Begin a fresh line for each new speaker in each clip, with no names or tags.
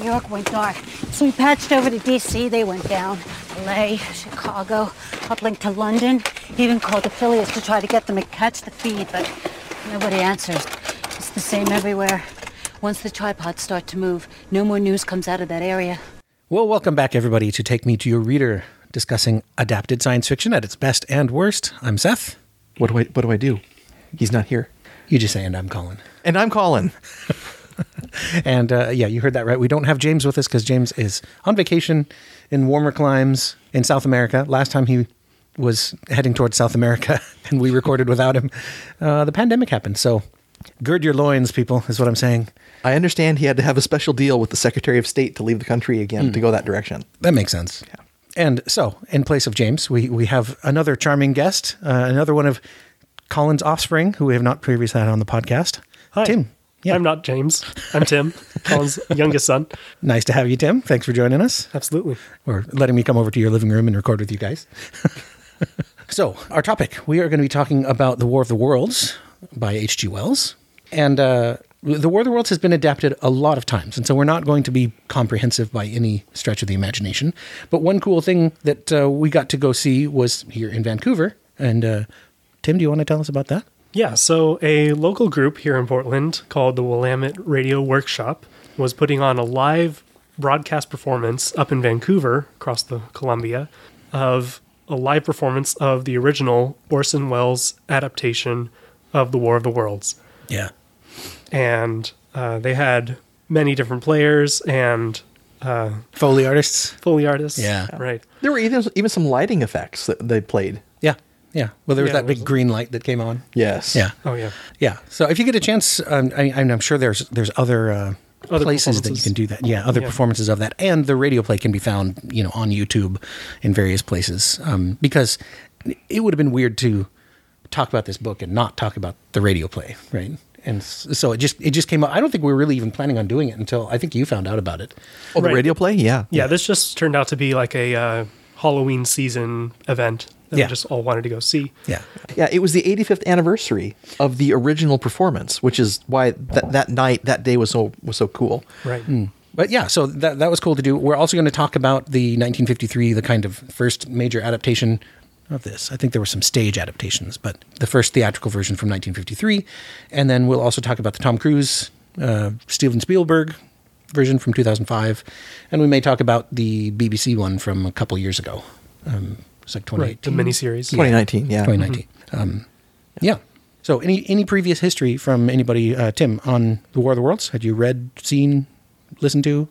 New York went dark. So we patched over to D.C. They went down. L.A., Chicago, uplink to London. Even called affiliates to try to get them to catch the feed, but nobody answers. It's the same everywhere. Once the tripods start to move, no more news comes out of that area.
Well, welcome back, everybody, to Take Me to Your Reader, discussing adapted science fiction at its best and worst. I'm Seth.
What do I what do I do? He's not here.
You just say, and I'm Colin.
And I'm Colin.
And uh, yeah, you heard that right. We don't have James with us because James is on vacation in warmer climes in South America. Last time he was heading towards South America and we recorded without him, uh, the pandemic happened. So gird your loins, people, is what I'm saying.
I understand he had to have a special deal with the Secretary of State to leave the country again to go that direction.
That makes sense. And so, in place of James, we, we have another charming guest, uh, another one of Colin's offspring who we have not previously had on the podcast.
Hi.
Tim. Yeah.
I'm not James. I'm Tim, Colin's youngest son.
Nice to have you, Tim. Thanks for joining us.
Absolutely.
or letting me come over to your living room and record with you guys. so, our topic we are going to be talking about The War of the Worlds by H.G. Wells. And uh, The War of the Worlds has been adapted a lot of times. And so, we're not going to be comprehensive by any stretch of the imagination. But one cool thing that uh, we got to go see was here in Vancouver. And uh, Tim, do you want to tell us about that?
Yeah, so a local group here in Portland called the Willamette Radio Workshop was putting on a live broadcast performance up in Vancouver, across the Columbia, of a live performance of the original Orson Welles adaptation of The War of the Worlds.
Yeah.
And uh, they had many different players and uh,
Foley artists?
Foley artists.
Yeah.
Right.
There were even even some lighting effects that they played.
Yeah. Yeah. Well, there was
Yeah,
that
was
big
it?
green light that came on.
Yes.
Yeah.
Oh, yeah.
Yeah. So if you get a chance, um, I, I'm I'm sure there's there's other, uh,
Other
places that you
performances.
can do that. Yeah, other
Yeah.
performances of that, and the radio play can be found, you know, on YouTube in various places. Um, because it would have been weird to talk about this book and not talk about the radio play, right? And s- so it just it just came up. I don't think we were really even planning on doing it until I think you found out about it.
Oh, the
Right.
radio play. Yeah.
Yeah, this just turned out to be like a uh, Halloween season event that
Yeah.
we just all wanted to go see.
Yeah.
Yeah. It was the 85th anniversary of the original performance, which is why that that night that day was so was so cool.
Right.
But yeah, so that that was cool to do. We're also going to talk about the 1953, the kind of first major adaptation of this. I think there were some stage adaptations, but the first theatrical version from 1953, and then we'll also talk about the Tom Cruise, uh, Steven Spielberg version from 2005, and we may talk about the BBC one from a couple years ago. Um, it's like 2018,
Right. The miniseries.
2019. Yeah.
2019. Um, yeah. So any any previous history from anybody, uh, Tim, on the War of the Worlds? Had you read, seen, listened to?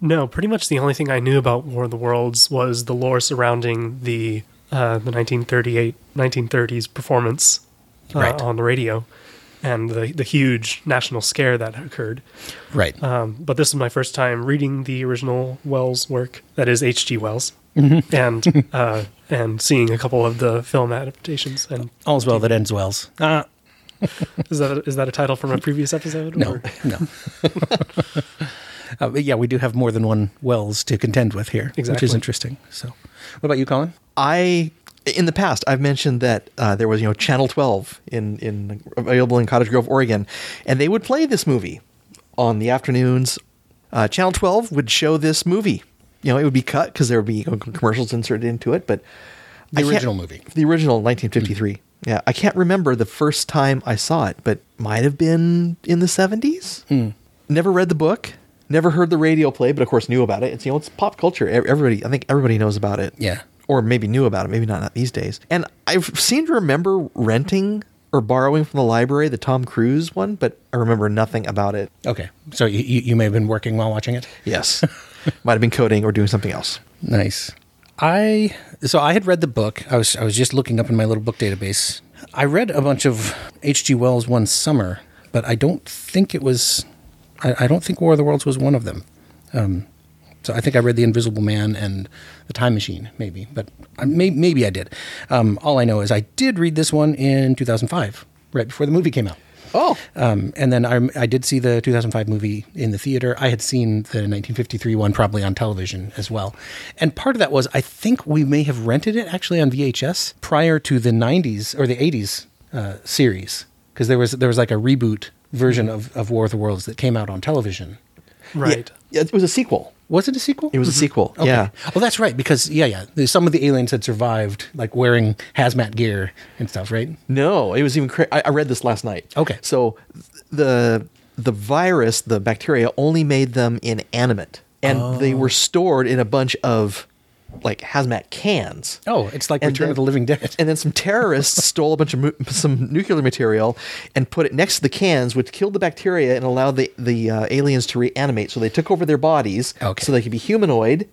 No, pretty much the only thing I knew about War of the Worlds was the lore surrounding the uh, the 1938 1930s performance uh,
Right.
on the radio and the the huge national scare that occurred.
Right.
Um, but this is my first time reading the original Wells work, that is H.G. Wells, and uh, and seeing a couple of the film adaptations. And
All's well that ends wells. Uh,
is that is that a title from a previous episode?
no,
or-
no. uh, but yeah, we do have more than one wells to contend with here, which
Exactly.
is interesting. So, what about you, Colin?
I in the past I've mentioned that uh, there was you know Channel 12 in in available in Cottage Grove, Oregon, and they would play this movie on the afternoons. Uh, Channel 12 would show this movie. You know, it would be cut because there would be you know, commercials inserted into it, but
The
I can't-
original movie.
the original 1953. Yeah, I can't remember the first time I saw it, but might have been in the 70s. Never read the book, never heard the radio play, but of course knew about it. It's you know, it's pop culture. Ev- Everybody, I think everybody knows about it
Yeah.
or maybe knew about it, maybe not, not these days. And I seem to remember renting or borrowing from the library the Tom Cruise one, but I remember nothing about it.
Okay. So you, you you may have been working while watching it.
Yes, might have been coding or doing something else.
Nice. I so I had read the book. I was I was just looking up in my little book database. I read a bunch of H.G. Wells one summer, but I don't think it was. I, I don't think War of the Worlds was one of them. Um, so I think I read The Invisible Man and The Time Machine, maybe. But I, may, maybe I did. Um, all I know is I did read this one in 2005, right before the movie came out.
Oh,
Um, and then I, I did see the 2005 movie in the theater. I had seen the 1953 one probably on television as well. And part of that was I think we may have rented it actually on VHS prior to the 90s or the 80s uh, series because there was there was like a reboot version of, of War of the Worlds that came out on television.
Right.
Yeah, it was a sequel.
Was it a sequel? Mm-hmm.
It was a sequel.
Okay.
Yeah.
Well, that's right because yeah, yeah. There's Some of the aliens had survived, like wearing hazmat gear and stuff, right?
No, it was even. Cra- I, I read this last night.
Okay.
So th- the the virus, the bacteria, only made them inanimate, and they
Oh.
were stored in a bunch of like hazmat cans.
Oh, it's like
And
Return
then-
of the Living Dead.
And then some terrorists stole a bunch of mu- some nuclear material and put it next to the cans, which killed the bacteria and allowed the the uh, aliens to reanimate. So they took over their bodies,
Okay. Mm.
so they could be humanoid,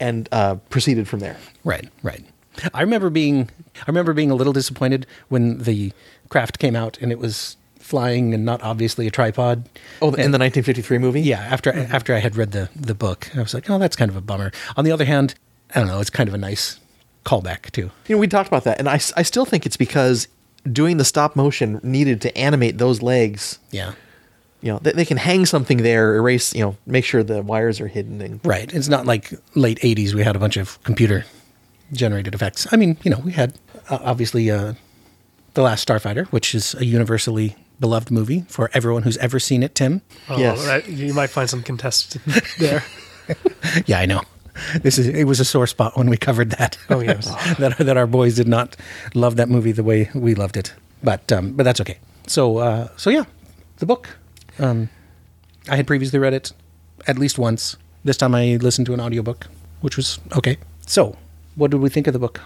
and uh, proceeded from there.
Right, right. I remember being I remember being a little disappointed when the craft came out and it was flying and not obviously a tripod.
Oh, in the 1953 movie.
Yeah, after after I had read the the book, I was like, "Oh, that's kind of a bummer." On the other hand, I don't know, it's kind of a nice callback too.
You know, we talked about that, and I, s- I still think it's because doing the stop motion needed to animate those legs.
Yeah.
You know, they, they can hang something there, erase, you know, make sure the wires are hidden. And
Right. It's not like late 80s we had a bunch of computer generated effects. I mean, you know, we had uh, obviously uh, The Last Starfighter, which is a universally beloved movie for everyone who's ever seen it, Tim.
Oh,
Yes.
that- you might find some contested there.
Yeah, I know. This is it was a sore spot when we covered that.
Oh, yes.
that that our boys did not love that movie the way we loved it. But um, but that's okay. So uh, so yeah, the book. Um, I had previously read it at least once. This time I listened to an audiobook, which was okay. So, what did we think of the book?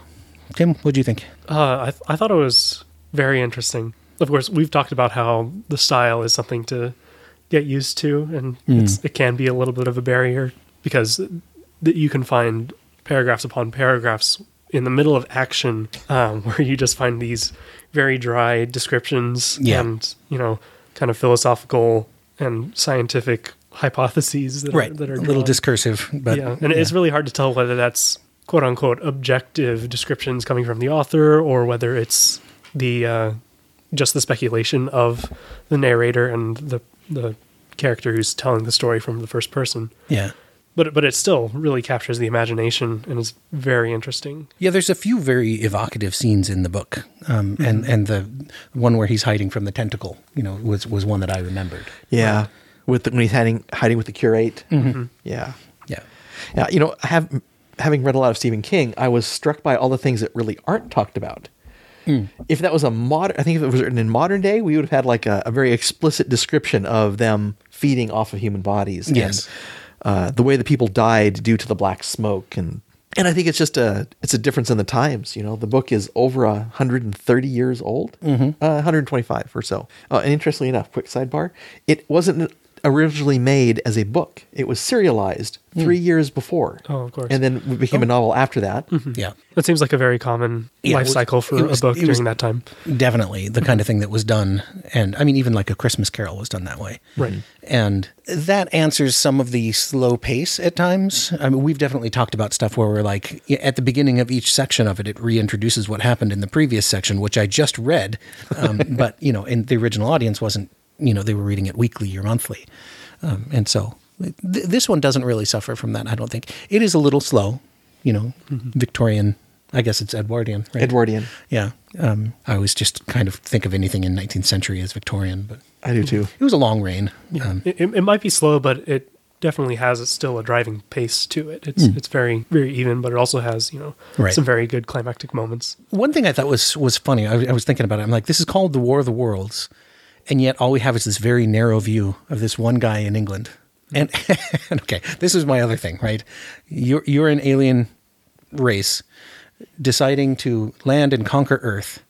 Tim, what do you think?
Uh, I, th- I thought it was very interesting. Of course, we've talked about how the style is something to get used to, and
Hmm.
it's, it can be a little bit of a barrier because that you can find paragraphs upon paragraphs in the middle of action um, where you just find these very dry descriptions
Yeah.
and you know kind of philosophical and scientific hypotheses that are, that are
a little
drawn.
discursive, but
yeah, and it's really hard to tell whether that's quote unquote objective descriptions coming from the author or whether it's the uh, just the speculation of the narrator and the the character who's telling the story from the first person.
yeah.
But but it still really captures the imagination and is very interesting.
Yeah, there's a few very evocative scenes in the book, um, and and the one where he's hiding from the tentacle, you know, was was one that I remembered.
yeah, with the, when he's hiding hiding with the curate. Yeah.
Yeah,
Yeah. You know, have having read a lot of Stephen King, I was struck by all the things that really aren't talked about. If that was a modern, I think if it was written in modern day, we would have had like a, a very explicit description of them feeding off of human bodies.
Yes.
And, uh, the way the people died due to the black smoke and. And I think it's just a it's a difference in the times. You know, the book is over a 130 years old,
Mm-hmm.
uh, 125 or so. Uh, and interestingly enough, quick sidebar, it wasn't originally made as a book. It was serialized three years before.
Hmm. Oh, Mm-hmm. of course.
And then it became a novel after that.
yeah.
That seems like a very common
Yeah, it
life
was-
cycle for
it was-
a book
it
during
was-
that time.
definitely the kind of thing that was done and i mean even like a christmas carol was done that way
Right.
and that answers some of the slow pace at times i mean we've definitely talked about stuff where we're like y- at the beginning of each section of it it reintroduces what happened in the previous section which i just read um, but you know and the original audience wasn't you know they were reading it weekly or monthly um, and so th- this one doesn't really suffer from that i don't think it is a little slow you know victorian i guess it's edwardian right
Edwardian.
yeah. Um, I always just kind of think of anything in 19th century as Victorian, but
I do too.
it was a long reign. Um,
It, it it might be slow, but it definitely has still a driving pace to it. It's it's very very even, but it also has you know
Hmm. Right.
some very good climactic moments.
one thing I thought was, was funny, I, I was thinking about it. I'm like, this is called the War of the Worlds. And yet all we have is this very narrow view of this one guy in England. And, and okay, this is my other thing, right? You're, you're an alien race deciding to land and conquer Earth.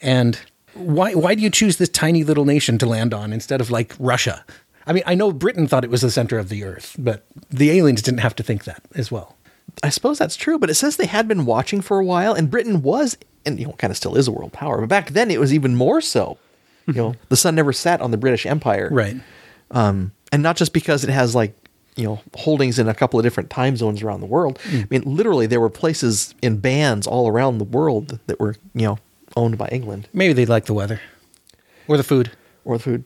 And why why do you choose this tiny little nation to land on instead of like Russia? I mean, I know Britain thought it was the center of the earth, but the aliens didn't have to think that as well.
I suppose that's true, but it says they had been watching for a while, and Britain was, and you know, kind of still is a world power, but back then it was even more so. You know, the sun never set on the British Empire,
Mm-hmm. Right.
Um, and not just because it has like you know holdings in a couple of different time zones around the world.
Mm.
I mean, literally, there were places in bands all around the world that were you know owned by England
Maybe they like the weather or the food
or the food.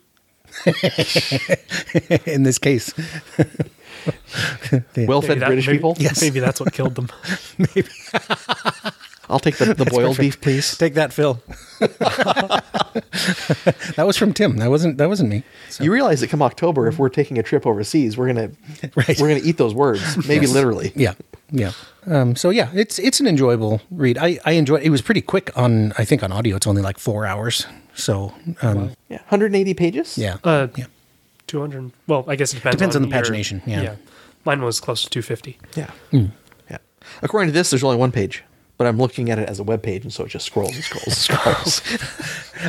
in this case.
Well-fed
that-
British people.
Maybe that's what killed them.
I'll take the, the boiled beef, please.
Take that, Phil. that was from Tim. That wasn't that wasn't me. So, Mm.
You realize that come October, if we're taking a trip overseas, we're gonna
Right.
we're gonna eat those words, maybe literally.
yeah, yeah. Um, so yeah, it's it's an enjoyable read. I I enjoyed. It was pretty quick on. I think on audio, it's only like four hours. So um,
Yeah, 180 pages.
yeah,
Uh,
yeah.
200. Well, I guess it depends.
Depends on the
your-
pagination, yeah.
Mine was close to 250.
yeah, yeah. According to this, there's only one page, but I'm looking at it as a web page, and so it just scrolls and scrolls and scrolls.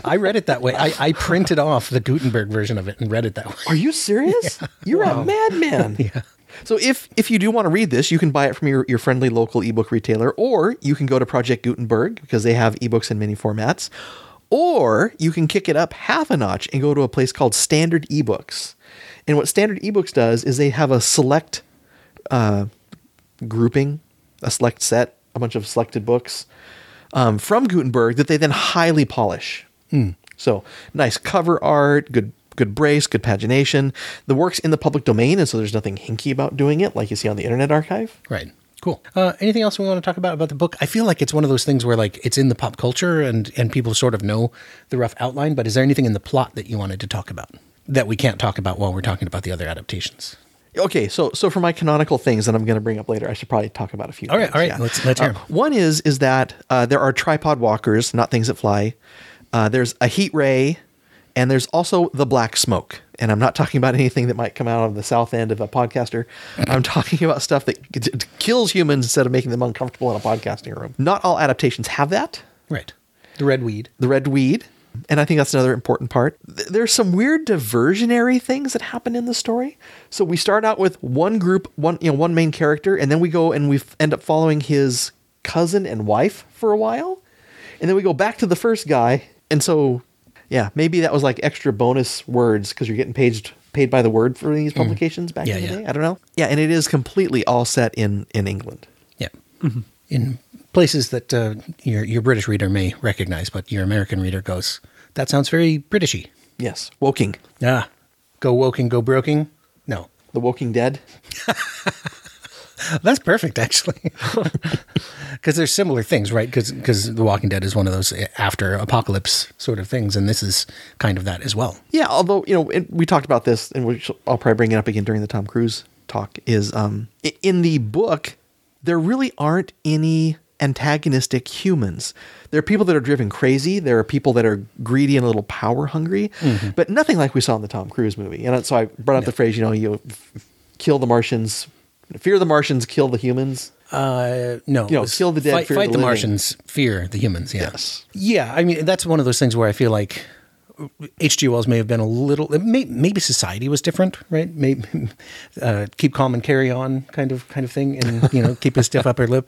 I read it that way. I, I printed off the Gutenberg version of it and read it that way.
Are you serious? You're a madman. yeah. So if if you do want to read this, you can buy it from your, your friendly local ebook retailer, or you can go to Project Gutenberg because they have ebooks in many formats, or you can kick it up half a notch and go to a place called Standard Ebooks. And what Standard Ebooks does is they have a select uh, grouping, a select set, a bunch of selected books um, from Gutenberg that they then highly polish. So nice cover art, good good brace, good pagination. The work's in the public domain, and so there's nothing hinky about doing it like you see on the Internet Archive.
Right. Cool. Uh, anything else we want to talk about about the book? I feel like it's one of those things where like it's in the pop culture and and people sort of know the rough outline. But is there anything in the plot that you wanted to talk about that we can't talk about while we're talking about the other adaptations?
Okay, so so for my canonical things that I'm going to bring up later, I should probably talk about a few.
All right,
things,
all right, let's- let's hear 'em.
Uh, one is is that uh, there are tripod walkers, not things that fly. Uh, there's a heat ray, and there's also the black smoke. And I'm not talking about anything that might come out of the south end of a podcaster. I'm talking about stuff that c- c- kills humans instead of making them uncomfortable in a podcasting room. Not all adaptations have that
Right. The red weed.
the red weed. And I think that's another important part. Th- There's some weird diversionary things that happen in the story. So we start out with one group, one you know, one main character, and then we go and we f- end up following his cousin and wife for a while, and then we go back to the first guy. And so, yeah, maybe that was like extra bonus words because you're getting paid paid by the word for these publications back
Mm. Yeah,
in the
yeah.
day. I don't know. Yeah, and it is completely all set in in England.
Yeah. In places that uh, your your British reader may recognize, but your American reader goes, "That sounds very Britishy."
Yes, Woking,
Ah, go woking, go broking. No,
the Woking Dead.
That's perfect, actually, because they're similar things, right? Because The Walking Dead is one of those after apocalypse sort of things, and this is kind of that as well.
Yeah, although you know, and we talked about this, and which I'll probably bring it up again during the Tom Cruise talk. Is um, i- in the book, there really aren't any antagonistic humans. There are people that are driven crazy. There are people that are greedy and a little power hungry, but nothing like we saw in the Tom Cruise movie. And so I brought up the phrase, you know, you f- f- kill the Martians, fear the Martians, kill the humans.
Uh, no,
You know,
it was
kill the dead,
fight,
fear
fight
the
the,
living.
Martians, fear the humans. Yeah.
Yes.
yeah. I mean, that's one of those things where I feel like H.G. Wells may have been a little, may, maybe society was different, right? Maybe uh, keep calm and carry on, kind of kind of thing, and you know, keep a stiff upper lip,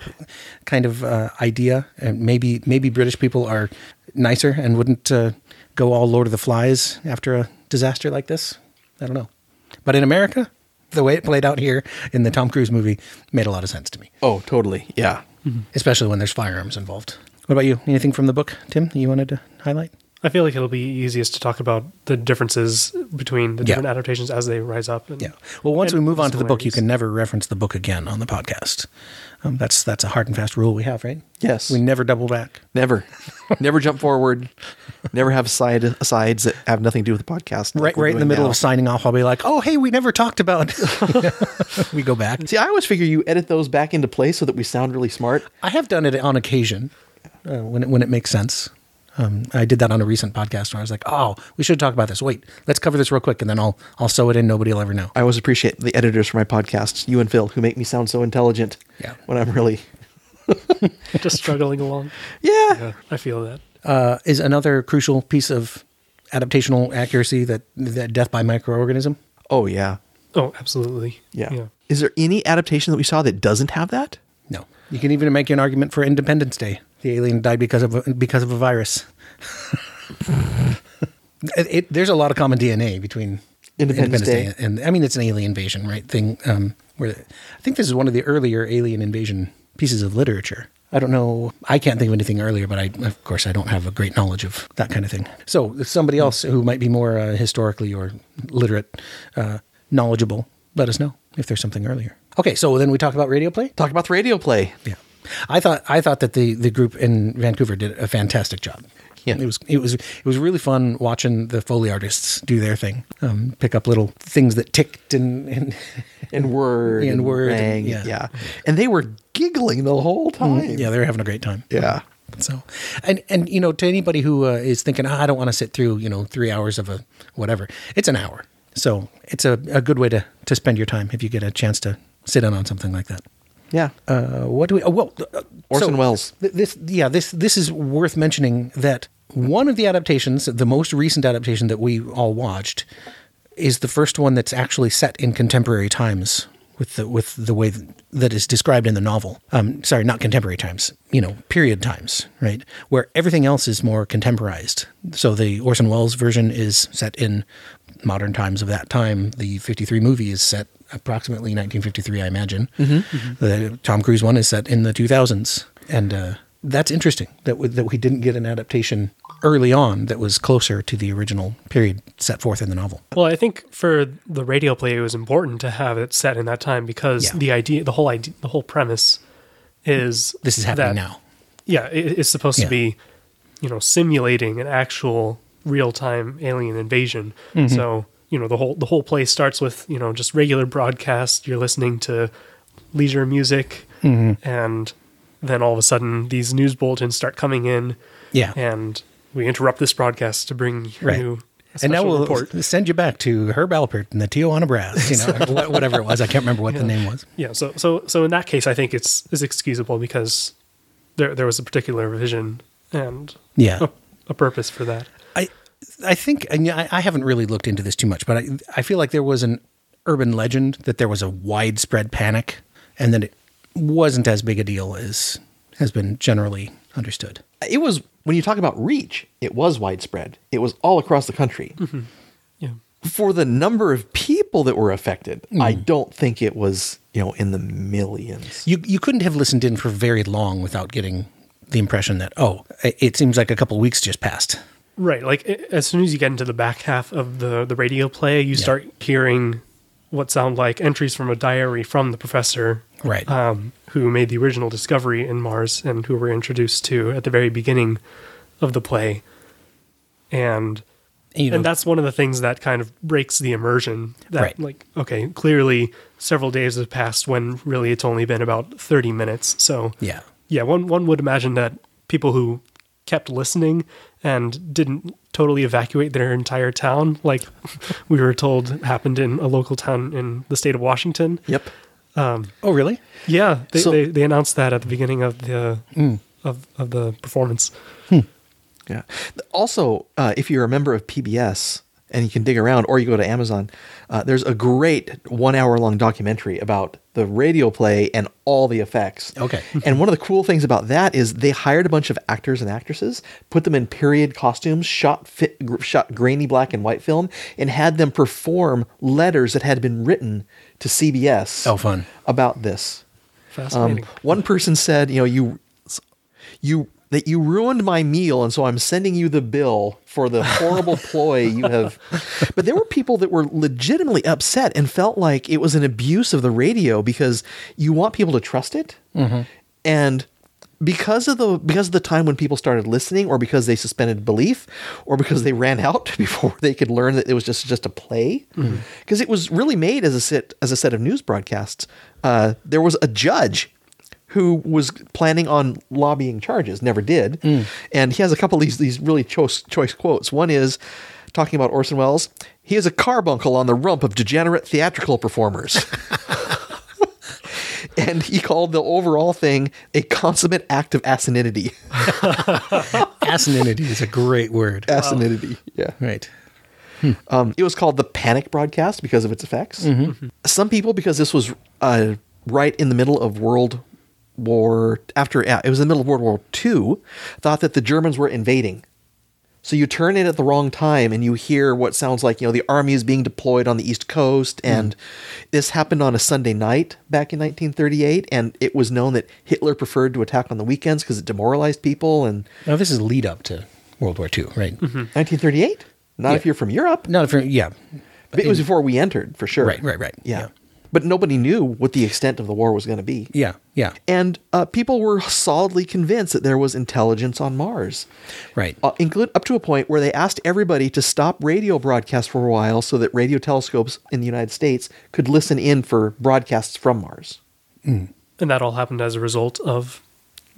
kind of uh, idea. And maybe maybe British people are nicer and wouldn't uh, go all Lord of the Flies after a disaster like this. I don't know, but in America, the way it played out here in the Tom Cruise movie made a lot of sense to me
Oh, totally. Yeah.
especially when there's firearms involved. What about you? Anything from the book, Tim, that you wanted to highlight?
I feel like it'll be easiest to talk about the differences between the
Yeah.
different adaptations as they rise up. and-
Yeah. Well, once
and
we move on to the book, you
similarities.
can never reference the book again on the podcast. Um, that's that's a hard and fast rule we have, right?
Yes.
We never double back.
Never, never jump forward. Never have side sides that have nothing to do with the podcast. like
Right,
we're
right in the
doing
middle
now.
of signing off, I'll be like, "Oh, hey, we never talked about." we go back.
See, I always figure you edit those back into place so that we sound really smart.
I have done it on occasion uh, when it, when it makes sense. Um, I did that on a recent podcast where I was like, "Oh, we should talk about this. Wait, let's cover this real quick, and then I'll I'll sew it in. Nobody will ever know."
I always appreciate the editors for my podcasts, you and Phil, who make me sound so intelligent.
Yeah.
When I'm really,
just struggling along.
yeah.
I feel that.
uh, is another crucial piece of adaptational accuracy that that death by microorganism.
Oh yeah.
Oh, absolutely.
yeah. Is there any adaptation that we saw that doesn't have that?
No, you can even make an argument for Independence Day. The alien died because of a, because of a virus. it, it- there's a lot of common DNA between
Independence Day.
and I mean it's an alien invasion, right? Thing um, where I think this is one of the earlier alien invasion pieces of literature. I don't know. I can't think of anything earlier, but I, of course, I don't have a great knowledge of that kind of thing. So, somebody else who might be more uh, historically or literate, uh, knowledgeable, let us know if there's something earlier. Okay, so then we talk about radio play.
Talk about the radio play.
Yeah. I thought I thought that the the group in Vancouver did a fantastic job.
Yeah.
It was it was it was really fun watching the Foley artists do their thing, um, pick up little things that ticked and, and
in word
In
and
Word and-
rang,
yeah. Mm,
yeah. and they were giggling the whole time
yeah, they were having a great time.
yeah
So, and and you know, to anybody who uh, is thinking, "Ah, I don't want to sit through you know three hours of a whatever, it's an hour. So it's a, a good way to to spend your time if you get a chance to sit in on something like that.
yeah
Uh, what do we? Oh, well, uh,
Orson Welles.
th- this, yeah, this this is worth mentioning that one of the adaptations, the most recent adaptation that we all watched, is the first one that's actually set in contemporary times with the with the way th- that is described in the novel. Um, sorry, not contemporary times. You know, period times, right? Where everything else is more contemporized. So the Orson Welles version is set in modern times of that time. The 53 movie is set approximately 1953, I imagine.
Mm-hmm,
The Tom Cruise one is set in the 2000s, and uh, that's interesting that we, that we didn't get an adaptation early on that was closer to the original period set forth in the novel.
Well, I think for the radio play, it was important to have it set in that time because
Yeah.
the idea, the whole idea, the whole premise is
This is happening
that-
now.
Yeah, it, it's supposed
Yeah.
to be, you know, simulating an actual real time alien invasion.
Mm-hmm.
So you know the whole the whole play starts with you know just regular broadcast. You're listening to leisure music,
Mm-hmm.
and then all of a sudden these news bulletins start coming in,
Yeah.
and we interrupt this broadcast to bring
Right.
you. a
and now
special
we'll
report.
send you back to Herb Alpert and the Tijuana Brass, you know, or wha- whatever it was. I can't remember what the name was.
Yeah, so so so in that case, I think it's is excusable because there there was a particular vision and
Yeah.
a, a purpose for that.
I I think and I, I haven't really looked into this too much, but I I feel like there was an urban legend that there was a widespread panic and that it wasn't as big a deal as has been generally understood.
it was when you talk about reach it was widespread it was all across the country
Yeah,
for the number of people that were affected i
Hmm.
don't think it was you know in the millions
You you couldn't have listened in for very long without getting the impression that oh, it it seems like a couple weeks just passed.
right. Like a- as soon as you get into the back half of the the radio play, you start hearing what sound like entries from a diary from the professor,
Right.
um, who made the original discovery in Mars and who we're introduced to at the very beginning of the play, and
you know,
and that's one of the things that kind of breaks the immersion that
Right.
like okay clearly several days have passed when really it's only been about 30 minutes so
yeah.
yeah one one would imagine that people who kept listening and didn't totally evacuate their entire town like we were told happened in a local town in the state of Washington
yep
Oh really?
yeah they
So- Hmm.
they, they announced that at the beginning of the of of the performance
Yeah. Also, uh, if you're a member of PBS and you can dig around, or you go to Amazon, uh, there's a great one-hour-long documentary about the radio play and all the effects.
Okay.
and one of the cool things about that is they hired a bunch of actors and actresses, put them in period costumes, shot fit, gr- shot grainy black and white film, and had them perform letters that had been written to CBS.
Oh, fun.
About this. Um,
fascinating
one person said, you know, you you that you ruined my meal and so I'm sending you the bill for the horrible ploy you have. But there were people that were legitimately upset and felt like it was an abuse of the radio because you want people to trust it. And because of the because of the time when people started listening or because they suspended belief or because they ran out before they could learn that it was just just a play because it was really made as a set as a set of news broadcasts uh, there was a judge who was planning on lobbying charges, never did. And he has a couple of these, these really choice, choice quotes. One is talking about Orson Welles, he is a carbuncle on the rump of degenerate theatrical performers. and he called the overall thing a consummate act of asininity.
Asininity is a great word.
asininity, yeah.
Right.
Um, it was called the Panic Broadcast because of its effects. Some people, because this was uh, right in the middle of World War after yeah, it was in the middle of World War II, thought that the Germans were invading. So you turn in at the wrong time and you hear what sounds like you know the army is being deployed on the East Coast, and this happened on a Sunday night back in 1938, and it was known that Hitler preferred to attack on the weekends because it demoralized people. And
Now this is a lead up to World War II, right?
Mm-hmm.
1938, not if
Yeah.
you're from Europe.
No, if you're- yeah.
But it was before we entered, for sure.
Right, right, right.
Yeah.
Yeah.
But nobody knew what the extent of the war was going to be.
Yeah, yeah,
And uh, people were solidly convinced that there was intelligence on Mars,
right.
uh, include up to a point where they asked everybody to stop radio broadcasts for a while so that radio telescopes in the United States could listen in for broadcasts from Mars.
And that all happened as a result of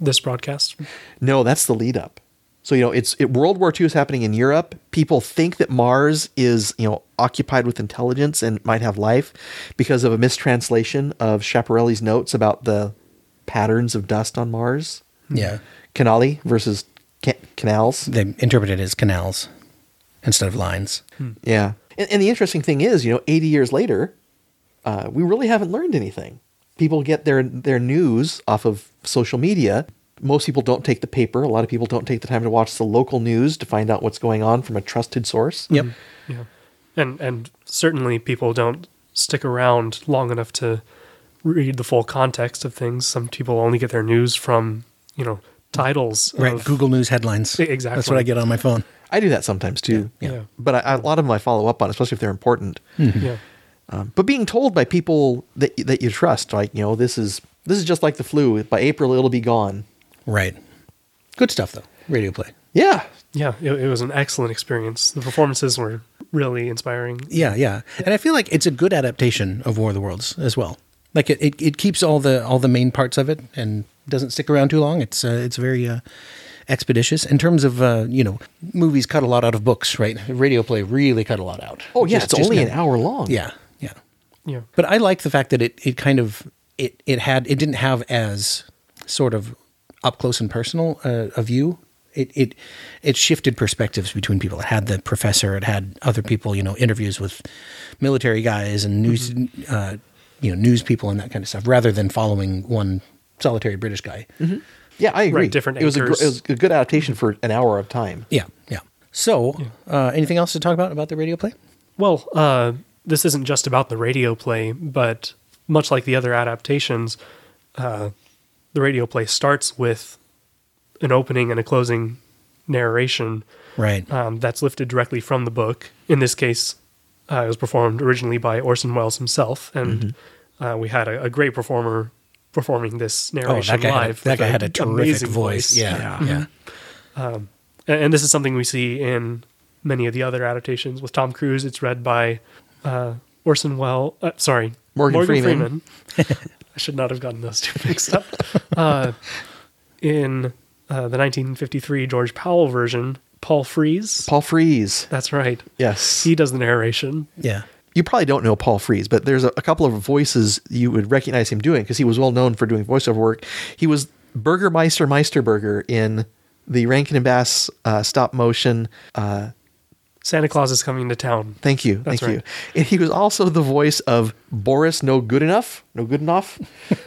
this broadcast.
No, that's the lead up. So you know, it's it, World War II is happening in Europe. People think that Mars is you know occupied with intelligence and might have life because of a mistranslation of Schiaparelli's notes about the patterns of dust on Mars.
yeah,
Canali versus ca- canals.
they interpreted it as canals instead of lines.
Hmm.
Hmm.
Yeah, and, and the interesting thing is, you know, 80 years later, uh, we really haven't learned anything. People get their their news off of social media. Most people don't take the paper. A lot of people don't take the time to watch the local news to find out what's going on from a trusted source. Mm-hmm.
Yep.
Yeah. And and certainly people don't stick around long enough to read the full context of things. Some people only get their news from, you know, titles
Right.
of
Google News headlines.
Exactly.
That's what I get on my phone.
I do that sometimes too.
Yeah. Hmm. Yeah.
But I, I- a lot of them I follow up on, especially if they're important.
Yeah.
Um, but being told by people that that you trust, like you know, this is this is just like the flu. By April, it'll be gone.
Right. Good stuff though. Radio play.
Yeah,
Yeah, it, it was an excellent experience. The performances were really inspiring.
Yeah, yeah. And I feel like it's a good adaptation of War of the Worlds as well. Like it, it, it keeps all the all the main parts of it and doesn't stick around too long. It's uh, it's very uh, expeditious in terms of uh, you know movies cut a lot out of books, right? Radio play really cut a lot out.
Oh yeah,
Just-
it's
just
only an
now.
hour long.
Yeah, yeah.
Yeah.
But I like the fact that it it kind of it it had it didn't have as sort of up close and personal uh, a view. It it it shifted perspectives between people. It had the professor. It had other people. You know, interviews with military guys and news. Uh, you know, news people and that kind of stuff, rather than following one solitary British guy.
yeah, I agree.
different
It was a gr-
anchors.
it was a good adaptation for an hour of time.
Yeah, yeah. So, Uh, anything else to talk about about the radio play?
Well, uh, this isn't just about the radio play, but much like the other adaptations, uh, the radio play starts with an opening and a closing narration
Right.
um, that's lifted directly from the book. In this case, uh, it was performed originally by Orson Welles himself, and uh, we had a, a great performer performing this
Mm-hmm. oh,
narration
that guy, had,
live.
a- that
with
guy had a terrific
amazing
voice. Yeah, yeah.
A- and, this is something we see in many of the other adaptations with Tom Cruise. It's read by uh, Orson Welles. Uh, sorry,
Morgan Freeman.
Freeman. I should not have gotten those two mixed up. Uh, in uh, the 1953 George Powell version, Paul Frees.
Paul Frees.
That's right.
Yes.
He does the narration.
yeah.
you probably don't know Paul Frees, but there's a, a couple of voices you would recognize him doing because he was well known for doing voiceover work. He was Burgermeister Meisterburger in the Rankin and Bass uh, stop motion. Uh,
Santa Claus is coming to town.
thank you,
That's
thank you.
right.
And he was also the voice of Boris No Good Enough, No Good Enough,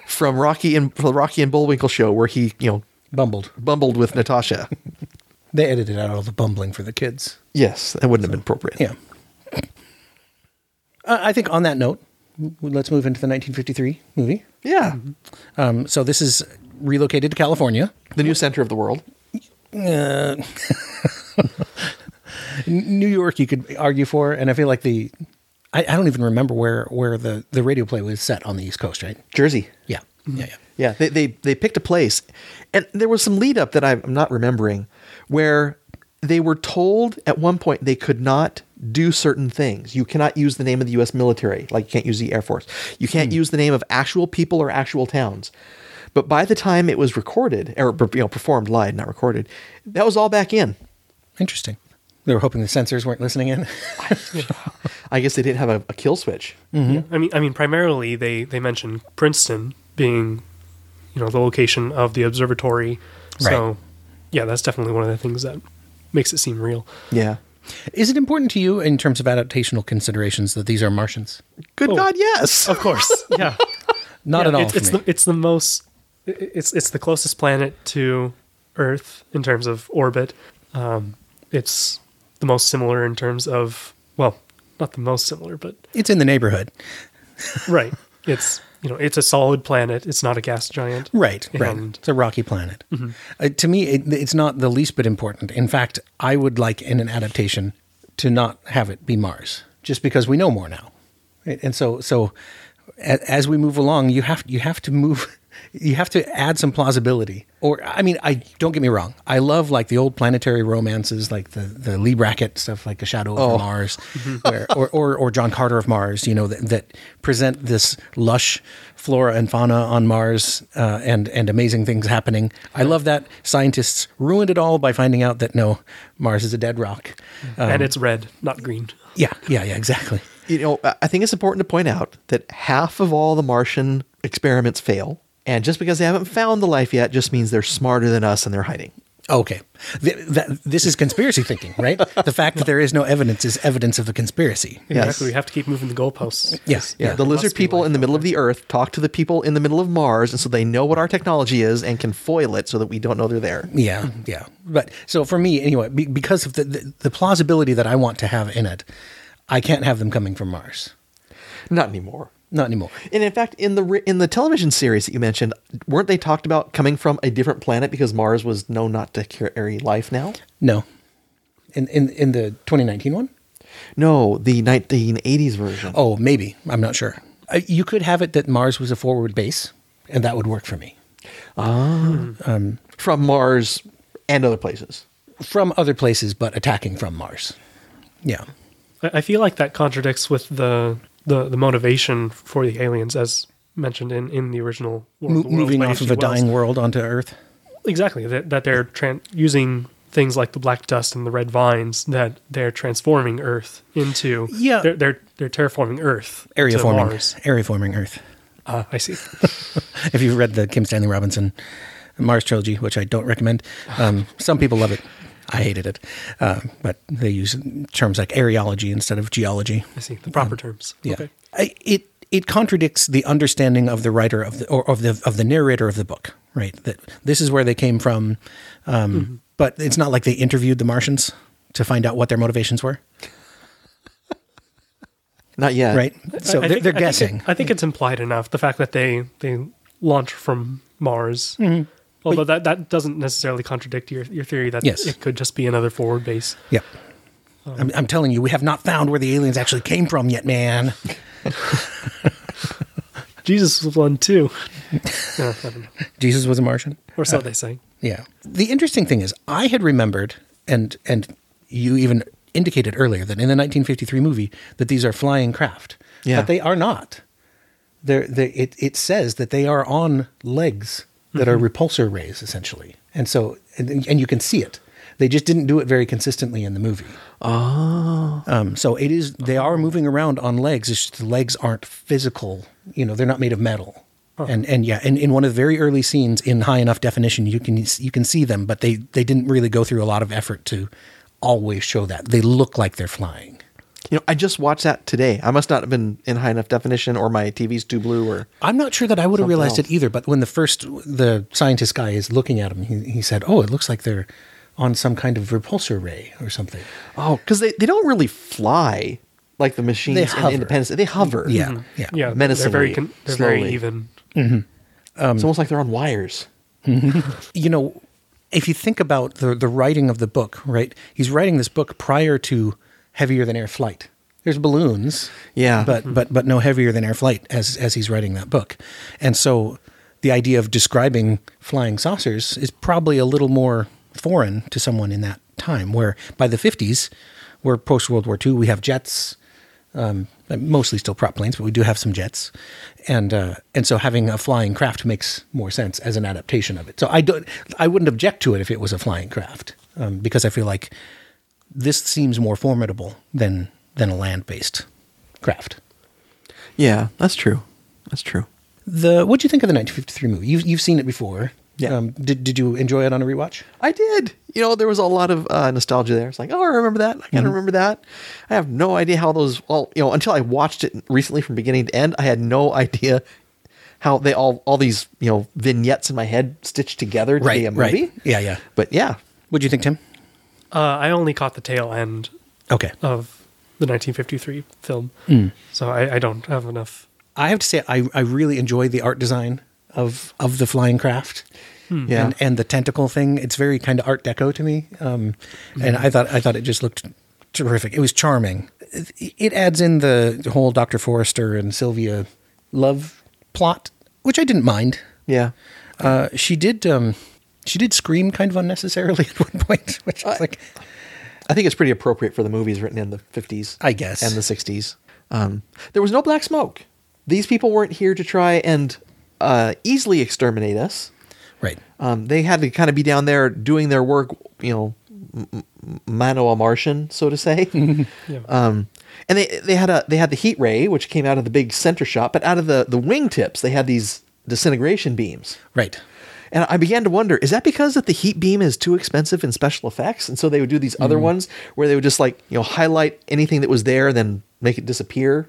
from Rocky and from the Rocky and Bullwinkle show where he you know
Bumbled.
bumbled with Natasha.
They edited out all the bumbling for the kids.
Yes, that wouldn't have been appropriate.
Yeah. Uh, I think on that note, w- let's move into the 1953 movie.
yeah,
Um, so this is relocated to California.
the new center of the world.
New York, you could argue for, and I feel like the I, I don't even remember where where the the radio play was set on the East Coast, right?
Jersey.
Yeah,
Mm-hmm.
yeah, yeah.
Yeah, they, they they picked a place, and there was some lead up that I'm not remembering, where they were told at one point they could not do certain things. You cannot use the name of the U.S. military, like you can't use the Air Force. You can't use the name of actual people or actual towns. But by the time it was recorded or you know performed live, not recorded, that was all back in.
Interesting. They were hoping the censors weren't listening in.
I guess they didn't have a, a kill switch.
Yeah. I mean, I mean, primarily they they mention Princeton being, you know, the location of the observatory. So,
Right.
yeah, that's definitely one of the things that makes it seem real.
Yeah.
Is it important to you in terms of adaptational considerations that these are Martians?
Good
Oh.
God, yes.
Of course, yeah,
Not at all.
It's,
for
it's
me.
the it's the most i- i- it's it's the closest planet to Earth in terms of orbit. Um, it's the most similar in terms of well, not the most similar, but
it's in the neighborhood.
right. It's you know, it's a solid planet. It's not a gas giant.
Right, right.
And-
It's a rocky planet. Uh, to me, it, it's not the least bit important. In fact, I would like in an adaptation to not have it be Mars, just because we know more now, right? and so so a- as we move along, you have you have to move. You have to add some plausibility, or I mean, I don't get me wrong. I love like the old planetary romances, like the the Lee Brackett stuff, like A Shadow Over
Oh.
Mars,
Mhm.
where, or, or or John Carter of Mars. You know that, that present this lush flora and fauna on Mars uh, and and amazing things happening. I love that. Scientists ruined it all by finding out that no, Mars is a dead rock. Uh, Um,
and it's red, not green.
Yeah, yeah, yeah, exactly.
you know, I I think it's important to point out that half of all the Martian experiments fail. And just because they haven't found the life yet just means they're smarter than us and they're hiding.
Okay. Th- that, this is conspiracy thinking, right? The fact that there is no evidence is evidence of a conspiracy.
Yes.
Exactly. We have to keep moving the goalposts.
Yes.
Yeah, the lizard
must be
people
life
in the middle of the Earth talk to the people in the middle of Mars, and so they know what our technology is and can foil it so that we don't know they're there.
Yeah, yeah. But so for me, anyway, be, because of the, the, the plausibility that I want to have in it, I can't have them coming from Mars.
Not anymore.
Not anymore.
And in fact, in the re- in the television series that you mentioned, weren't they talked about coming from a different planet because Mars was known not to carry life now?
No. In in, in the 2019 one?
No, the 1980s version.
Oh, maybe. I'm not sure. Uh, you could have it that Mars was a forward base, and that would work for me.
From Mars and other places.
From other places, but attacking from Mars. Yeah.
I I feel like that contradicts with the the, the motivation for the aliens, as mentioned in, in the original War
Mo-
of the Worlds
moving
by
off of
H.G.
a
Wells.
dying world onto Earth.
Exactly. That, that they're tran- using things like the black dust and the red vines that they're transforming Earth into.
Yeah.
They're, they're, they're terraforming Earth.
Area
to
forming.
Mars.
Area forming Earth.
Ah, I see.
If you've read the Kim Stanley Robinson Mars trilogy, which I don't recommend, um, some people love it. I hated it, uh, but they use terms like areology instead of geology.
I see. The proper terms.
Yeah,
Okay.
I, it it contradicts the understanding of the writer of the or of the of the narrator of the book, right? That this is where they came from, um,
Mm-hmm.
but it's not like they interviewed the Martians to find out what their motivations were,
Not yet.
right? So
I- I
they're,
think-
they're
I think it-
guessing.
I think it's implied enough. The fact that they they launch from Mars,
Mm-hmm.
although that, that doesn't necessarily contradict your, your theory that
Yes.
it could just be another forward base.
Yep. I'm, I'm telling you, we have not found where the aliens actually came from yet, man.
Jesus was one too, Yeah, I don't know.
Jesus was a Martian. Uh,
or so they say.
Yeah. The interesting thing is, I had remembered, and and you even indicated earlier that in the 1953 movie that these are flying craft,
Yeah.
but they are not. They're, they it it says that they are on legs that are repulsor rays essentially, and so and, and you can see it. They just didn't do it very consistently in the movie.
Oh.
Um, so it is they are moving around on legs. It's just the legs aren't physical. You know, they're not made of metal. And and yeah, and in one of the very early scenes in high enough definition, you can you can see them, but they they didn't really go through a lot of effort to always show that they look like they're flying.
You know, I just watched that today. I must not have been in high enough definition or my TV's too blue or
I'm not sure that I would have
Something
realized
else.
it either. But when the first the scientist guy is looking at him, he, he said, "Oh, it looks like they're on some kind of repulsor ray or something."
Oh, because they, they don't really fly like the machines
They
in
hover.
Independence. Day. They hover. Mm-hmm.
Yeah, yeah,
Yeah, they're-
Menacingly,
They're very con- they're very
slowly.
even.
it's almost like they're on wires.
you know, if you think about the the writing of the book, right? He's writing this book prior to heavier than air flight. There's balloons,
Yeah.
but but but no heavier than air flight as as he's writing that book, and so the idea of describing flying saucers is probably a little more foreign to someone in that time. Where by the 50s, we're post World War II, we have jets, mostly still prop planes, but we do have some jets, and uh, and so having a flying craft makes more sense as an adaptation of it. So I don't, I wouldn't object to it if it was a flying craft, um, because I feel like this seems more formidable than than a land based craft.
Yeah, that's true. That's true.
The what do you think of the 1953 movie? You've you've seen it before. Um,
Yeah.
did did you enjoy it on a rewatch?
I did. You know, there was a lot of uh, nostalgia there. It's like, oh, I remember that. I kind of remember that. I have no idea how those all, you know, until I watched it recently from beginning to end, I had no idea how they all, all these, you know, vignettes in my head stitched together to be a movie.
right. Yeah, yeah.
But yeah,
What do you think, Tim?
Uh, I only caught the tail end
Okay.
of the 1953 film,
Mm.
so I, I don't have enough.
I have to say, I, I really enjoy the art design of of the flying craft.
Yeah.
and, and the tentacle thing. It's very kind of Art Deco to me, um, and I thought I thought it just looked terrific. It was charming. It, it adds in the whole Dr. Forrester and Sylvia love plot, which I didn't mind.
Yeah.
Uh, she did um, she did scream kind of unnecessarily at one point, which was like
I think it's pretty appropriate for the movies written in the 50s.
I guess.
And the 60s. Um, there was no black smoke. These people weren't here to try and uh, easily exterminate us.
right.
Um, they had to kind of be down there doing their work, you know, m- m- mano a Martian, so to say.
Yeah.
Uh,
um, and they they had a they had the heat ray, which came out of the big center shot, but out of the the wingtips, they had these disintegration beams.
Right.
And I began to wonder, is that because that the heat beam is too expensive in special effects, and so they would do these
Hmm.
other ones where they would just like you know highlight anything that was there, then make it disappear,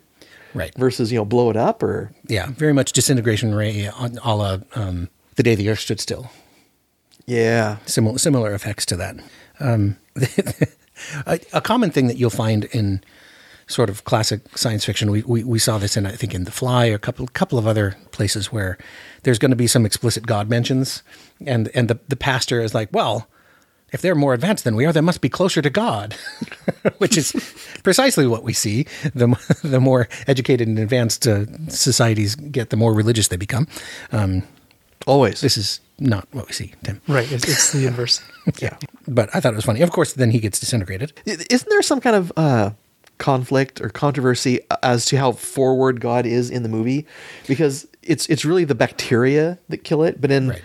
Right.
versus you know blow it up or
Yeah, very much disintegration ray on a la um, the day the Earth stood still.
yeah
Similar similar effects to that. Um, a, a common thing that you'll find in sort of classic science fiction. We, we, we saw this in I think in The Fly or a couple couple of other places where there's going to be some explicit God mentions, and and the the pastor is like, well. If they're more advanced than we are, they must be closer to God, which is precisely what we see. The, m- the more educated and advanced uh, societies get, the more religious they become. Um,
always
this is not what we see, Tim.
Right. It's, it's the inverse.
yeah.
But I thought it was funny. Of course, then he gets disintegrated.
I- Isn't there some kind of uh, conflict or controversy as to how forward God is in the movie? Because it's it's really the bacteria that kill it, but in
Right.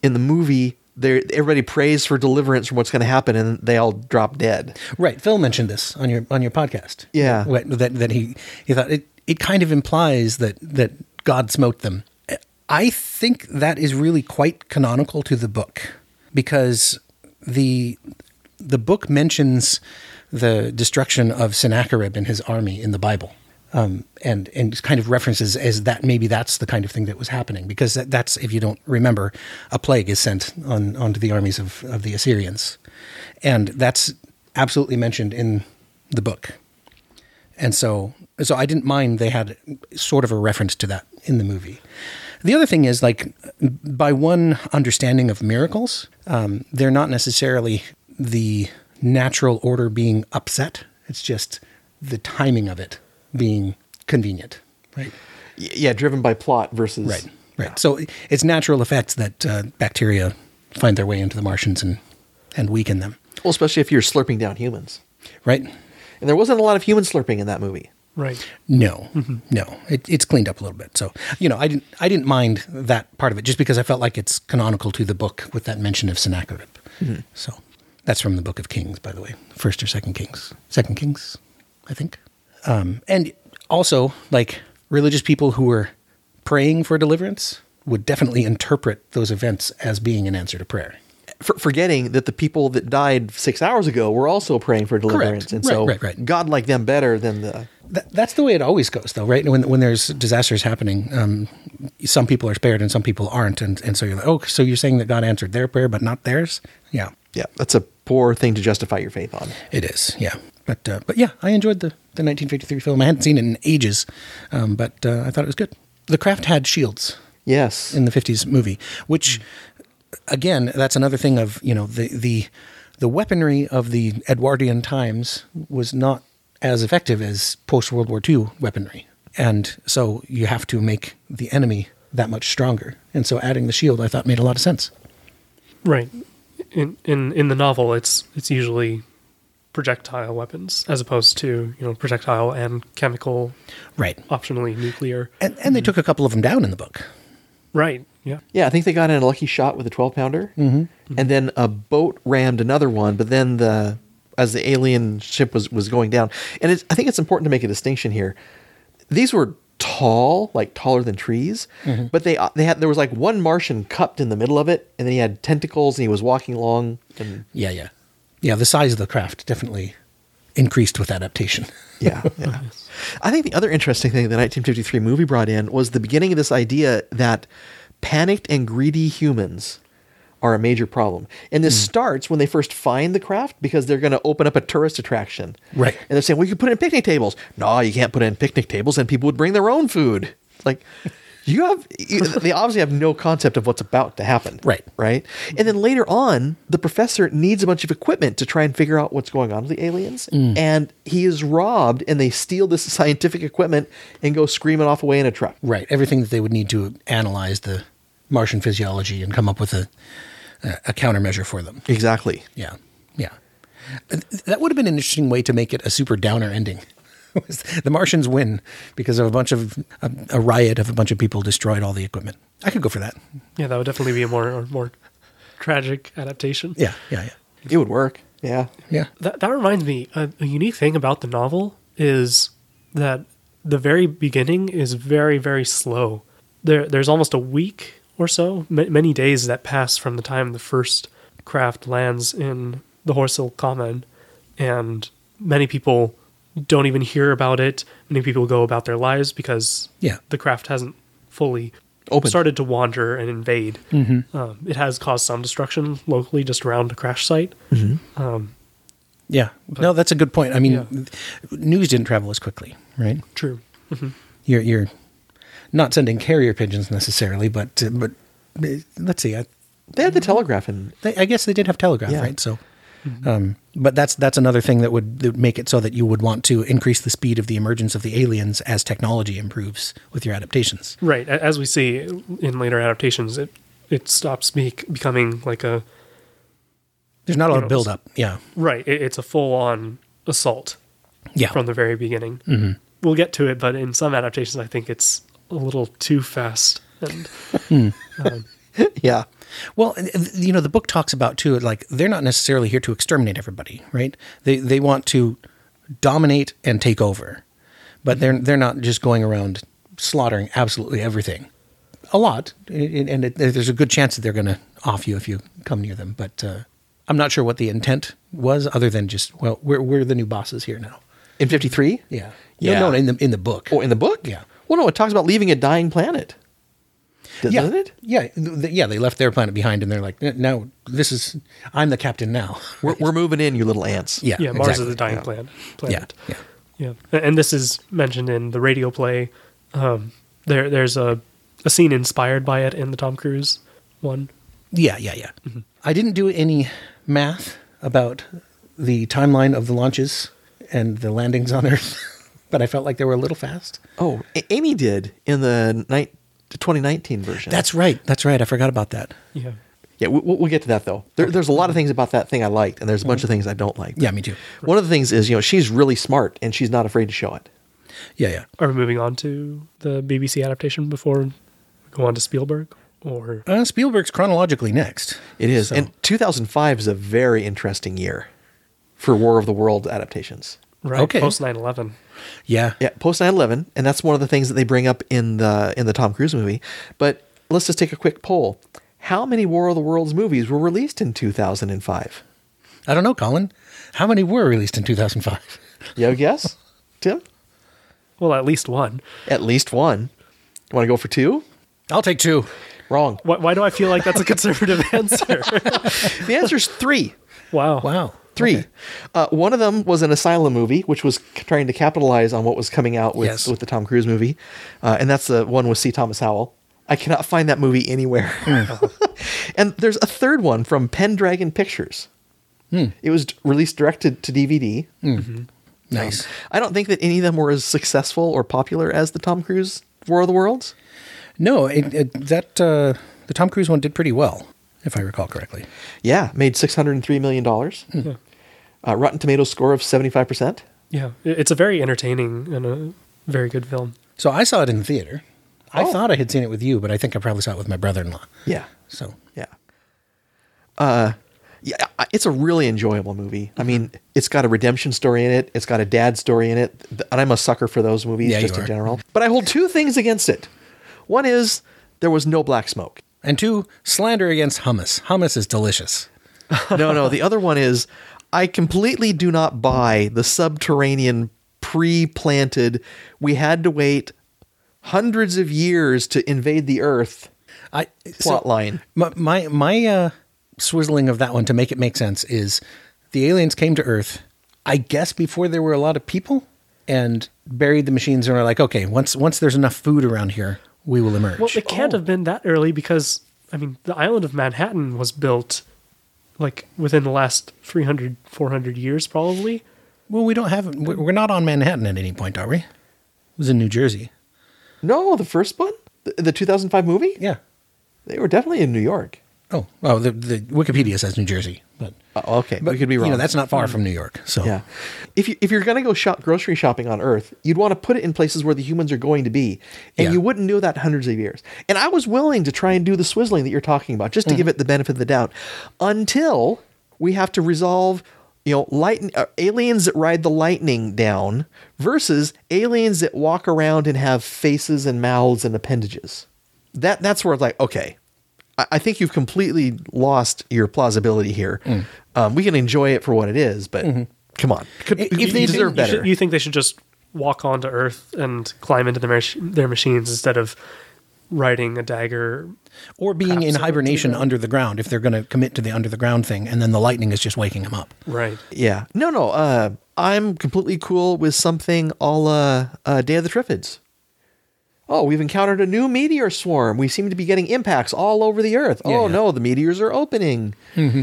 in the movie, they everybody prays for deliverance from what's going to happen, and they all drop dead.
Right. Phil mentioned this on your on your podcast.
Yeah.
Wh- That that he he thought it it kind of implies that that God smote them. I think that is really quite canonical to the book because the the book mentions the destruction of Sennacherib and his army in the Bible. Um, and and kind of references as that maybe that's the kind of thing that was happening because that, that's if you don't remember a plague is sent on onto the armies of, of the Assyrians, and that's absolutely mentioned in the book and so so I didn't mind they had sort of a reference to that in the movie. The other thing is like by one understanding of miracles, um, they're not necessarily the natural order being upset. It's just the timing of it being convenient, right?
Y- Yeah, driven by plot versus
Right, right. So it's natural effects that uh, bacteria find their way into the Martians and and weaken them,
Well, especially if you're slurping down humans,
right?
and there wasn't a lot of human slurping in that movie.
Right.
No, no, it, it's cleaned up a little bit. So you know, I didn't, I didn't mind that part of it just because I felt like it's canonical to the book with that mention of Sennacherib. So that's from the Book of Kings, by the way, First or Second Kings, Second Kings, I think. Um, and also, like religious people who were praying for deliverance would definitely interpret those events as being an answer to prayer.
For, forgetting that the people that died six hours ago were also praying for deliverance, and
Right,
so
right, right.
God liked them better than the
That, that's the way it always goes, though, right? When when there's disasters happening, um, some people are spared and some people aren't, and and so you're like, oh, so you're saying that God answered their prayer but not theirs? Yeah,
yeah. That's a poor thing to justify your faith on.
it is. Yeah, but uh, but yeah, I enjoyed the the 1953 film. I hadn't seen it in ages, um, but uh, I thought it was good. The craft had shields
Yes,
in the 50s movie, which again, that's another thing of you know the the the weaponry of the Edwardian times was not as effective as post World War II weaponry, and so you have to make the enemy that much stronger, and so adding the shield I thought made a lot of sense.
Right. In in in the novel, it's it's usually projectile weapons as opposed to you know projectile and chemical,
Right, Mm-hmm.
optionally nuclear.
and and they took a couple of them down in the book.
Right. Yeah.
Yeah, I think they got in a lucky shot with a 12 pounder. Mm-hmm. And then a boat rammed another one, but then the as the alien ship was was going down. And it's, I think it's important to make a distinction here. These were tall, like taller than trees, but they they had there was like one Martian cupped in the middle of it, and then he had tentacles and he was walking along and
Yeah, yeah, yeah. The size of the craft definitely increased with adaptation.
yeah, yeah. I think the other interesting thing the 1953 movie brought in was the beginning of this idea that panicked and greedy humans are a major problem. And this
Hmm.
starts when they first find the craft because they're going to open up a tourist attraction.
Right.
And they're saying, well, you could put in picnic tables. No, you can't put in picnic tables, and people would bring their own food. It's Like, You have you- they obviously have no concept of what's about to happen.
Right.
Right. And
Mm-hmm.
then later on, the professor needs a bunch of equipment to try and figure out what's going on with the aliens.
Mm.
And he is robbed and they steal this scientific equipment and go screaming off away in a truck.
Right. Everything that they would need to analyze the Martian physiology and come up with a a, a countermeasure for them.
Exactly.
Yeah. Yeah. Th- That would have been an interesting way to make it a super downer ending. the Martians win because of a bunch of a, a riot of a bunch of people destroyed all the equipment. I could go for that.
Yeah, that would definitely be a more or more tragic adaptation.
Yeah. Yeah. Yeah.
It would work. Yeah.
Yeah.
That, that reminds me, a, a unique thing about the novel is that the very beginning is very, very slow. There, there's almost a week or so, ma- many days that pass from the time the first craft lands in the Horsil Common, and many people don't even hear about it. Many people go about their lives because
Yeah.
the craft hasn't fully
Opened.
started to wander and invade. Um, it has caused some destruction locally, just around the crash site.
Yeah. no, that's a good point. I mean,
Yeah.
th- news didn't travel as quickly, right?
True. Mm-hmm.
You're you're not sending carrier pigeons necessarily, but uh, but uh, let's see. I,
They
Mm-hmm.
had the telegraph and
they, I guess they did have telegraph,
Yeah.
right? So, um, but that's that's another thing that would, that would make it so that you would want to increase the speed of the emergence of the aliens as technology improves with your adaptations.
Right, a- as we see in later adaptations, it it stops be- becoming like a
There's not a lot
You know,
of buildup. Yeah,
right. It, it's a full on assault
yeah,
from the very beginning. Mm-hmm. We'll get to it, but in some adaptations, I think it's a little too fast. And
yeah.
Well, and, and, you know, the book talks about too, like they're not necessarily here to exterminate everybody, right? They they want to dominate and take over, but they're they're not just going around slaughtering absolutely everything. A lot, and and it, there's a good chance that they're going to off you if you come near them. But uh, I'm not sure what the intent was, other than just well, we're we're the new bosses here now.
In fifty three?
Yeah,
Yeah.
No, no, in the in the book.
Oh, in the book?
Yeah.
Well, no, it talks about leaving a dying planet. Doesn't
yeah,
it?
yeah, th- th- yeah. They left their planet behind, and they're like, "N- "No, this is I'm the captain now."
We're, we're moving in, you little ants.
Yeah,
yeah, Mars is
exactly.
the dying
yeah.
planet.
Yeah,
planet.
yeah.
Yeah, A- and this is mentioned in the radio play. Um, there, there's a a scene inspired by it in the Tom Cruise one.
Yeah, yeah, yeah. Mm-hmm. I didn't do any math about the timeline of the launches and the landings on Earth, but I felt like they were a little fast.
Oh, A- Amy did in the ni- the 2019 version.
That's right. That's right. I forgot about that.
Yeah,
yeah. We, we'll we'll get to that though. There, there's a lot of things about that thing I liked, and there's a bunch of things I don't like.
Yeah, me too.
One of the things is you know she's really smart and she's not afraid to show it.
Yeah, yeah.
are we moving on to the BBC adaptation before we go on to Spielberg or?
Uh, Spielberg's chronologically next.
It is.
So-
And 2005 is a very interesting year for War of the World adaptations.
Right.
Okay.
Post 9 11.
yeah,
Yeah, post 9/11, and that's one of the things that they bring up in the in the Tom Cruise movie. But let's just take a quick poll. How many War of the Worlds movies were released in 2005?
I don't know, Colin. How many were released in 2005?
You have a guess, Tim?
Well, at least one.
At least one. Want to go for two?
I'll take two.
Wrong.
Why, why do I feel like that's a conservative answer?
The answer's three.
wow.
Wow.
Three. Uh, one of them was an asylum movie, which was c- trying to capitalize on what was coming out with,
Yes.
with the Tom Cruise movie. Uh, and that's the one with C. Thomas Howell. I cannot find that movie anywhere. and there's a third one from Pendragon Pictures. It was d- released directed to DVD.
Nice.
I don't think that any of them were as successful or popular as the Tom Cruise War of the Worlds.
No, it, it, that uh, the Tom Cruise one did pretty well, if I recall correctly.
Yeah, made $603 million. Uh, Rotten Tomatoes score of 75%.
Yeah. It- It's a very entertaining and a very good film.
So I saw it in the theater. I
Oh.
thought I had seen it with you, but I think I probably saw it with my brother-in-law.
Yeah.
So
Yeah. Uh, yeah, I- it's a really enjoyable movie.
Mm-hmm.
I mean, it's got a redemption story in it. It's got a dad story in it, th- and I'm a sucker for those movies
Yeah,
just
you
in
are.
general. But I hold two things against it. One is there was no black smoke.
And two, slander against hummus. Hummus is delicious.
No, no. The other one is I completely do not buy the subterranean, pre-planted. We had to wait hundreds of years to invade the Earth.
I so
Plot line.
My my, my uh, swizzling of that one to make it make sense is the aliens came to Earth, I guess before there were a lot of people, and buried the machines and were like, okay, once once there's enough food around here, we will emerge.
Well, it can't have been that early because I mean, the island of Manhattan was built like within the last 300 400 years probably.
Well, we don't have. we- We're not on Manhattan at any point, are we? It was in New Jersey.
No, the first one, the, the 2005 movie,
Yeah.
they were definitely in New York.
Oh, oh, the, the Wikipedia says New Jersey, but
Oh, okay,
but
we could be wrong.
You know, that's not far from New York. So
yeah. If you if you're gonna go shop grocery shopping on Earth, you'd want to put it in places where the humans are going to be, and
Yeah.
you wouldn't know that hundreds of years. And I was willing to try and do the swizzling that you're talking about,
Mm-hmm.
just to give it the benefit of the doubt, until we have to resolve. You know, light, uh, aliens that ride the lightning down versus aliens that walk around and have faces and mouths and appendages. That that's where it's like, okay, I, I think you've completely lost your plausibility here. Um, we can enjoy it for what it is, but come on, Mm-hmm. Could-
If-
you
if they didn't-
deserve
You
better.
should- you think they should just walk onto Earth and climb into the mach- their machines instead of riding a dagger?
or being in
Absolutely.
hibernation under the ground if they're going to commit to the under the ground thing, and then the lightning is just waking them up.
Right.
yeah, no, no. Uh, I'm completely cool with something a la uh, Day of the Triffids. Oh, we've encountered a new meteor swarm. We seem to be getting impacts all over the Earth. oh
yeah.
no, the meteors are opening, and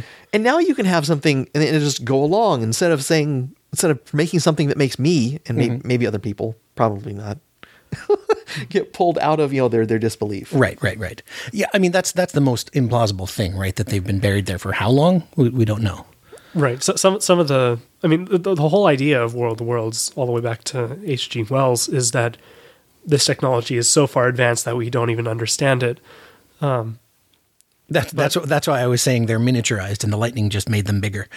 now you can have something and it just go along instead of saying instead of making something that makes me and may- maybe other people probably not get pulled out of you know their their disbelief.
Right, right, right. Yeah, I mean that's that's the most implausible thing, right? That they've been buried there for how long? We, we don't know.
Right. So some some of the I mean the, the whole idea of World of the Worlds all the way back to H.G. Wells is that this technology is so far advanced that we don't even understand it.
That's that's what, that's why I was saying they're miniaturized, and the lightning just made them bigger.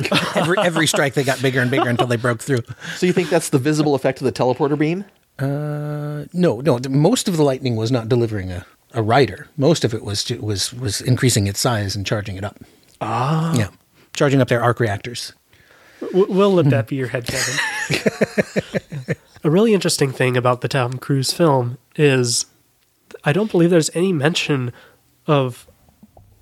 every every strike they got bigger and bigger until they broke through.
So you think that's the visible effect of the teleporter beam?
Uh, no, no. th- Most of the lightning was not delivering a, a rider. Most of it was ju- was was increasing its size and charging it up. Ah, yeah, charging up their arc reactors.
W- we'll let that be your head canon. a really interesting thing about the Tom Cruise film is I don't believe there's any mention of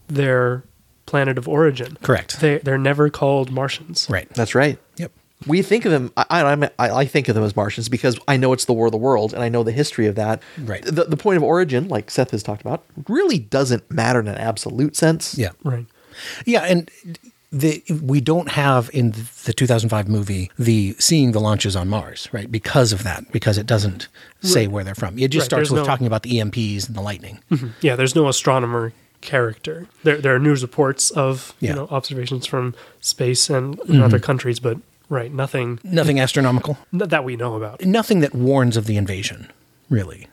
their planet of origin.
Correct.
They they're never called Martians.
Right.
That's right.
Yep.
We think of them. I, I, I I think of them as Martians because I know it's the War of the Worlds and I know the history of that.
Right.
The, the point of origin, like Seth has talked about, really doesn't matter in an absolute sense.
Yeah.
Right.
Yeah, and the we don't have in the 2005 movie the seeing the launches on Mars, right? Because of that, because it doesn't say where they're from. It just
Right,
starts
there's
with
no-
talking about the EMPs and the lightning.
Yeah, there's no astronomer character. There, there are news reports of
Yeah. Mm-hmm.
you know observations from space and in other countries, but right, nothing
Nothing astronomical.
n- that we know about.
Nothing that warns of the invasion, really.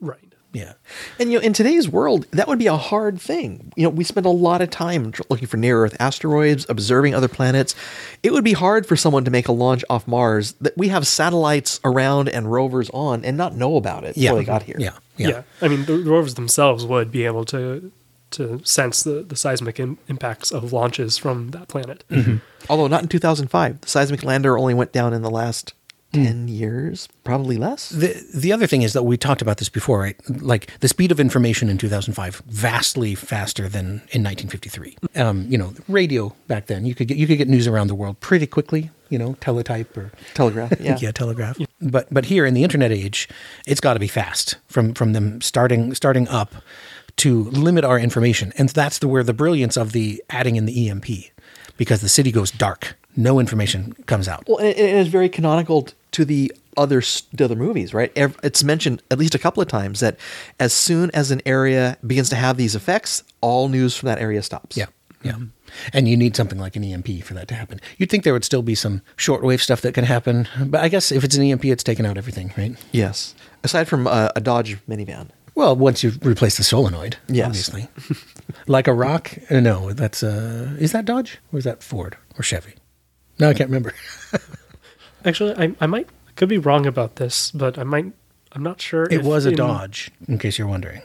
Right.
Yeah.
And you know, in today's world, that would be a hard thing. You know, we spend a lot of time tr- looking for near Earth asteroids, observing other planets. It would be hard for someone to make a launch off Mars that we have satellites around and rovers on and not know about it
Yeah.
before they got here.
Yeah.
Yeah.
Yeah.
I mean, the, the rovers themselves would be able to to sense the, the seismic im impacts of launches from that planet.
Mm-hmm.
Although not in 2005. The seismic lander only went down in the last
Hmm.
10 years, probably less.
The the other thing is that we talked about this before, right? Like the speed of information in 2005 vastly faster than in 1953. Um, you know, radio back then, you could get you could get news around the world pretty quickly, you know, teletype or
Telegraph. Yeah.
yeah, telegraph. But but here in the internet age, it's got to be fast from from them starting starting up to limit our information, and that's the where the brilliance of the adding in the EMP because the city goes dark, no information comes out.
Well, and it, it is very canonical t- to the other s- the other movies, right? Ev- It's mentioned at least a couple of times that as soon as an area begins to have these effects, all news from that area stops.
Yeah, yeah.
mm-hmm.
And you need something like an EMP for that to happen. You'd think there would still be some shortwave stuff that can happen, but I guess if it's an EMP, it's taken out everything, right?
Yes. Aside from uh, a Dodge minivan.
Well, once you replace the solenoid,
Yes.
obviously, like a rock. uh, No, that's uh, is that Dodge or is that Ford or Chevy? No, I can't remember.
Actually, I, I might could be wrong about this, but I might I'm not sure.
It
if
was a
in-
Dodge, in case you're wondering.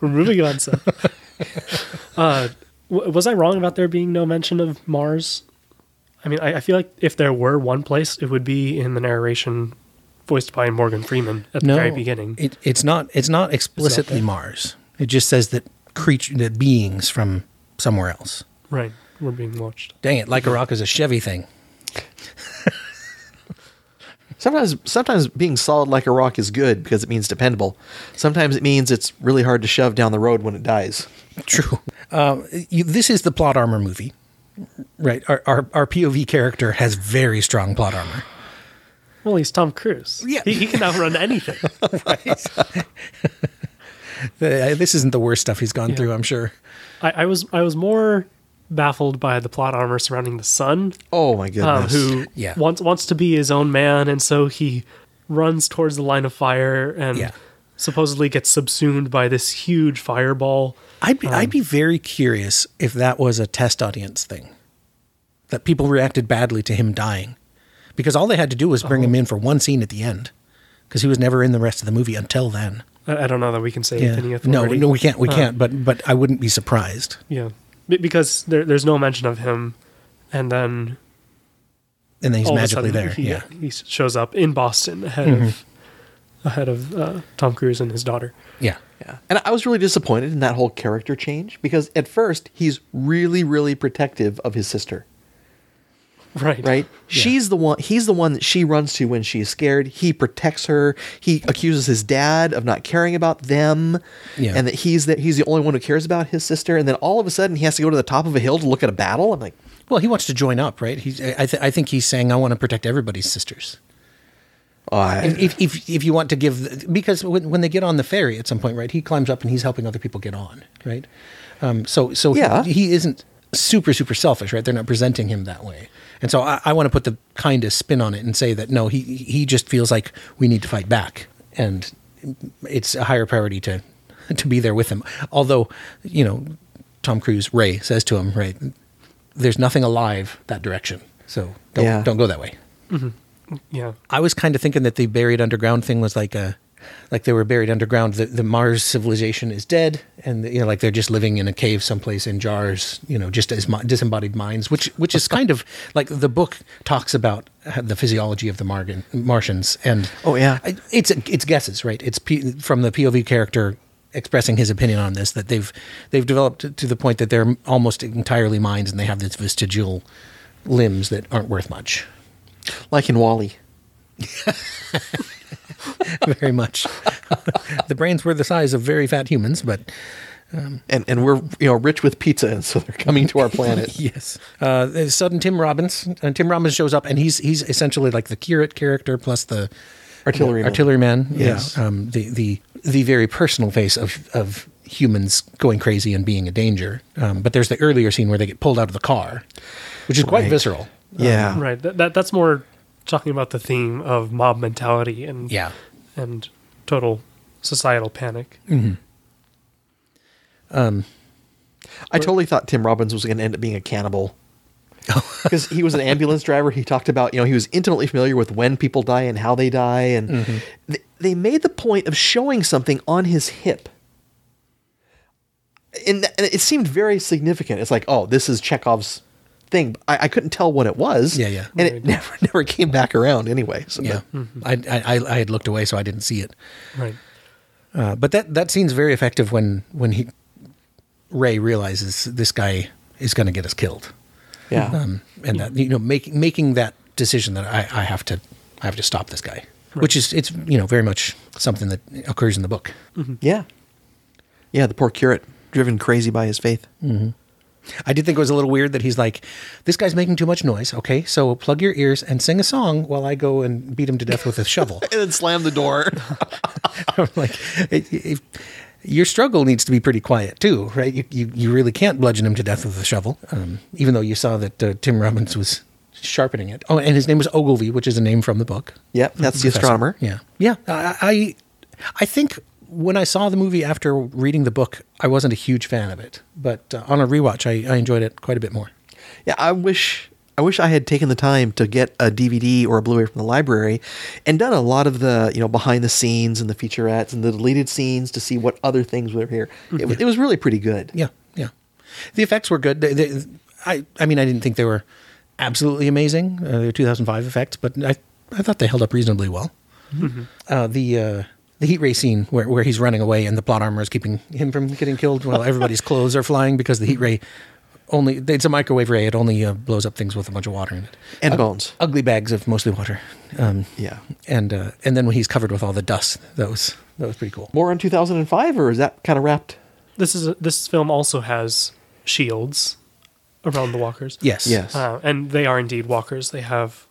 We're moving on. So, uh, w- was I wrong about there being no mention of Mars? I mean, I, I feel like if there were one place, it would be in the narration voiced by Morgan Freeman at
No,
the very beginning.
It, it's not. It's not explicitly
there.
Mars. It just says that creature, that beings from somewhere else.
right, we're being watched.
Dang it! Like a rock is a Chevy thing.
Sometimes, sometimes being solid like a rock is good because it means dependable. Sometimes it means it's really hard to shove down the road when it dies.
True. Um, you, this is the plot armor movie, right? Our, our our POV character has very strong plot armor.
Well, he's Tom Cruise.
Yeah.
He, he can outrun anything.
Uh, This isn't the worst stuff he's gone
Yeah.
through, I'm sure.
I, I was I was more baffled by the plot armor surrounding the son,
Oh my
uh,
goodness!
who
Yeah.
wants wants to be his own man, and so he runs towards the line of fire and
Yeah.
supposedly gets subsumed by this huge fireball.
I'd be,
Um,
I'd be very curious if that was a test audience thing, that people reacted badly to him dying, because all they had to do was
Oh.
bring him in for one scene at the end, because he was never in the rest of the movie until then.
I, I don't know that we can say with any
No,
authority.
no, we can't. We can't. But but I wouldn't be surprised.
Yeah, Be- because there, there's no mention of him, and then
And then he's
all
magically
of a
there.
sudden he,
yeah.
he shows up in Boston ahead of
Mm-hmm.
ahead of uh, Tom Cruise and his daughter.
Yeah.
Yeah. And I was really disappointed in that whole character change because at first he's really, really protective of his sister.
Right,
Right? She's the one. He's the one that she runs to when she's scared. He protects her. He accuses his dad of not caring about them,
Yeah.
and that he's that he's the only one who cares about his sister. And then all of a sudden he has to go to the top of a hill to look at a battle. I'm like,
Well, he wants to join up, right? He's, I, th- I think he's saying, "I want to protect everybody's sisters."
oh, I,
If, if, if, if you want to give, because when, when they get on the ferry at some point, right, he climbs up and he's helping other people get on, right? Um, so so
Yeah.
he, he isn't super super selfish, right? They're not presenting him that way, and so I, I want to put the kindest spin on it and say that no, he he just feels like we need to fight back, and it's a higher priority to to be there with him. Although you know, Tom Cruise Ray says to him, right, there's nothing alive that direction, so don't
Yeah.
don't go that way.
Yeah,
I was kind of thinking that the buried underground thing was like a, like they were buried underground. The, the Mars civilization is dead, and you know, like they're just living in a cave someplace in jars. You know, just as mi- disembodied minds, which which is kind of like the book talks about uh, the physiology of the Margan, Martians, and
Oh, yeah.
I- it's it's guesses, right? It's P, from the POV character expressing his opinion on this that they've they've developed to the point that they're almost entirely minds, and they have this vestigial limbs that aren't worth much.
like in Wally.
very much. the brains were the size of very fat humans, but
and and we're you know rich with pizza, and so they're coming to our planet.
yes. Uh, there's sudden Tim Robbins, and Tim Robbins shows up, and he's he's essentially like the curate character plus the
Artilleryman.
artilleryman.
Yes.
yeah, um, the the the very personal face of of humans going crazy and being a danger. Um, but there's the earlier scene where they get pulled out of the car, which is quite
Right.
visceral.
Yeah,
right. That, that that's more talking about the theme of mob mentality and
Yeah.
and total societal panic.
I totally thought Tim Robbins was going to end up being a cannibal because he was an ambulance driver. He talked about you know he was intimately familiar with when people die and how they die, and
Mm-hmm.
th- they made the point of showing something on his hip. And, th- and it seemed very significant. It's like, oh, this is Chekhov's thing. I, I couldn't tell what it was.
Yeah, yeah.
And it
Right.
never, never came back around anyway. So
Yeah, I, I I- I had looked away, so I didn't see it.
Right.
Uh, but that that scene's very effective when when he Ray realizes this guy is going to get us killed,
yeah.
um, and that you know making making that decision that I, I have to I have to stop this guy, which is it's you know very much something that occurs in the book.
Yeah. Yeah, the poor curate, driven crazy by his faith.
I did think it was a little weird that he's like, this guy's making too much noise. Okay, so plug your ears and sing a song while I go and beat him to death with a shovel.
And then slammed the door.
I'm like, it, it, your struggle needs to be pretty quiet too, right? You, you, you really can't bludgeon him to death with a shovel, um, even though you saw that uh, Tim Robbins was sharpening it. Oh, and his name was Ogilvy, which is a name from the book.
yep, that's the astronomer.
Yeah, yeah. I, I, I think when I saw the movie after reading the book, I wasn't a huge fan of it, but uh, on a rewatch, I, I enjoyed it quite a bit more.
Yeah, I wish I wish I had taken the time to get a DVD or a Blu-ray from the library and done a lot of the, you know, behind the scenes and the featurettes and the deleted scenes to see what other things were here. It, was- it was really pretty good.
Yeah, yeah. The effects were good. They, they, I, I mean, I didn't think they were absolutely amazing. Uh, they were 2005 effects, but I, I thought they held up reasonably well. Uh, the uh, the heat ray scene where, where he's running away and the plot armor is keeping him from getting killed while everybody's clothes are flying because the heat ray only it's a microwave ray. It only uh, blows up things with a bunch of water in it.
And
Ug-
bones.
Ugly bags of mostly water. Um,
Yeah.
and uh, and then when he's covered with all the dust, that was that was pretty cool.
More on 2005, or is that kind of wrapped?
This is this film also has shields around the walkers.
Yes.
Yes.
Uh, and they are indeed walkers. They have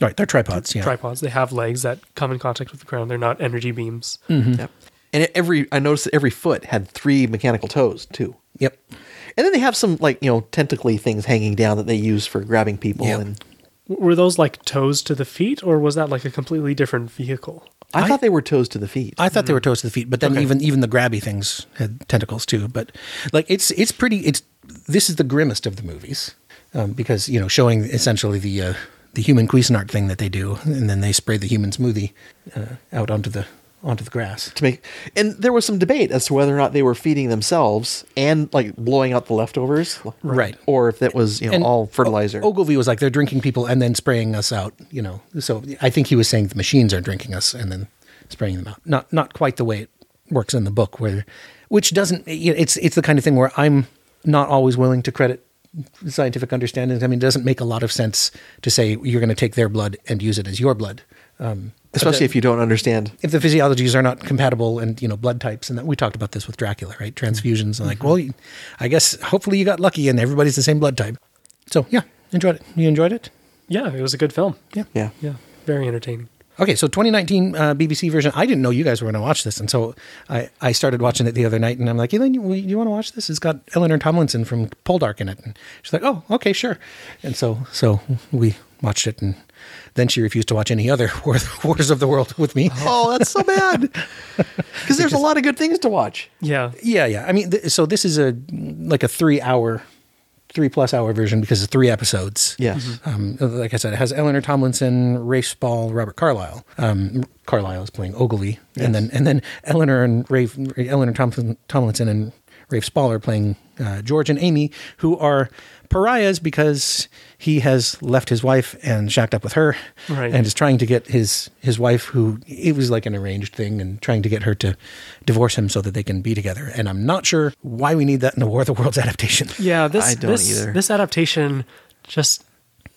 Right. They're tripods. Yeah.
tripods. They have legs that come in contact with the ground. They're not energy beams.
Mm-hmm.
Yep. And every I noticed that every foot had three mechanical toes too.
Yep.
And then they have some like you know tentacly things hanging down that they use for grabbing people.
Yep.
And
W- Were those like toes to the feet, or was that like a completely different vehicle?
I,
I-
thought they were toes to the feet.
I thought they were toes to the feet, but then even even the grabby things had tentacles too. But like it's it's pretty. It's this is the grimmest of the movies um, because you know showing essentially the uh, the human Cuisinart thing that they do, and then they spray the human smoothie uh, out onto the onto the grass.
to make and there was some debate as to whether or not they were feeding themselves and like blowing out the leftovers
Right.
or if that was you know
And
all fertilizer
Ogilvy was like they're drinking people and then spraying us out. You know, so I think he was saying the machines are drinking us and then spraying them out. Not not quite the way it works in the book, where which doesn't. you know, It's it's the kind of thing where I'm not always willing to credit scientific understanding. I mean, it doesn't make a lot of sense to say you're going to take their blood and use it as your blood. Um,
especially if you don't understand
if the physiologies are not compatible and you know blood types and that we talked about this with Dracula, right? Transfusions and like, well, you- I guess hopefully you got lucky and everybody's the same blood type. So yeah, enjoyed it. You enjoyed it?
Yeah, it was a good film.
yeah
Yeah, very entertaining.
Okay, so 2019 uh, BBC version. I didn't know you guys were going to watch this, and so I, I started watching it the other night, and I'm like, Elaine, you, will you want to watch this? It's got Eleanor Tomlinson from Poldark in it, and she's like, Oh, okay, sure. And so so we watched it, and then she refused to watch any other War, Wars of the World with me.
oh that's so bad because there's a lot of good things to watch
Yeah,
Yeah, yeah. I mean, th- so this is a like a three hour, three plus hour version because it's three episodes.
yes
Um, like I said, it has Eleanor Tomlinson, Rafe Spall, Robert Carlyle. Um, Carlyle is playing Ogilvy, and then and then Eleanor and Rafe, Eleanor Tomlinson, Tomlinson and Rafe Spall are playing uh, George and Amy, who are pariahs because he has left his wife and shacked up with her,
Right.
and is trying to get his his wife, who it was like an arranged thing, and trying to get her to divorce him so that they can be together. And I'm not sure why we need that in the War of the Worlds adaptation.
yeah. This
I don't
this,
either.
this adaptation just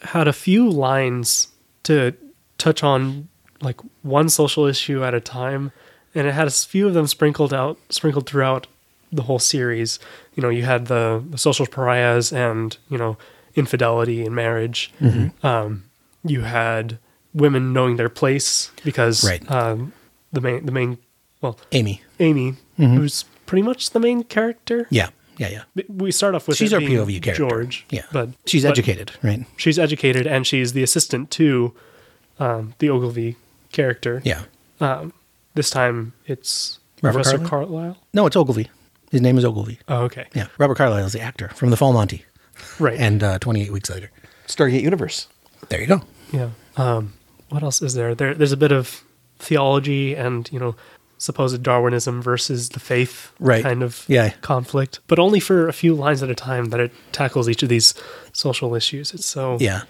had a few lines to touch on like one social issue at a time, and it had a few of them sprinkled out sprinkled throughout the whole series. You know, you had the, the social pariahs and you know infidelity in marriage.
Mm-hmm.
Um, you had women knowing their place because
Right.
um, the main the main well
Amy,
Amy,
Mm-hmm.
who's pretty much the main character.
yeah, yeah, yeah.
We start off with
She's
it
our
being
POV character.
George.
Yeah,
but
she's
but
educated, right?
She's educated, and she's the assistant to um, the Ogilvy character.
Yeah.
Um, this time it's
Robert
Professor Carlyle.
No, it's Ogilvy. His name is Ogilvy.
Oh, okay.
Yeah, Robert Carlyle is the actor from The Fall Monty,
Right.
and uh, 28 weeks later.
stargate universe
There you go.
yeah. Um, what else is there? There, there's a bit of theology and you know supposed Darwinism versus the faith
Right.
kind of
Yeah.
conflict, but only for a few lines at a time that it tackles each of these social issues. It's so
Yeah,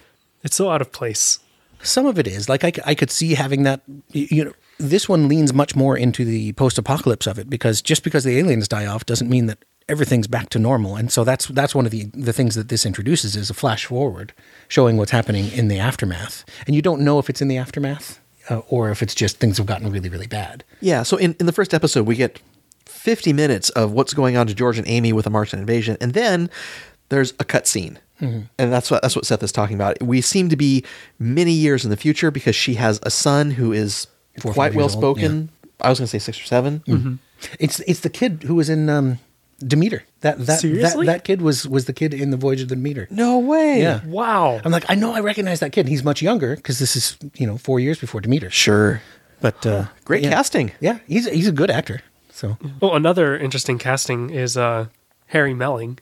It's so out of place.
some of it is like I, c- I could see having that. y- You know, this one leans much more into the post-apocalypse of it because just because the aliens die off doesn't mean that everything's back to normal. And so that's that's one of the the things that this introduces is a flash forward, showing what's happening in the aftermath, and you don't know if it's in the aftermath. Uh, or if it's just things have gotten really, really bad.
yeah so in, in the first episode we get 50 minutes of what's going on to george and amy with the martian invasion and then there's a cutscene
Mm-hmm.
and that's what that's what seth is talking about we seem to be many years in the future because she has a son who is
Four or
quite
five years
well
old, Mm-hmm.
spoken i was going to say six or 7
It's it's the kid who was in um, Demeter. That that, that
Seriously?
that kid was was the kid in the Voyage of the Demeter.
no way
Yeah.
Wow.
I'm like, I know I recognize that kid. He's much younger because this is, you know, four years before Demeter.
sure
But uh,
Great
yeah.
casting.
Yeah, he's he's a good actor. So
Oh, another interesting casting is uh, Harry Melling,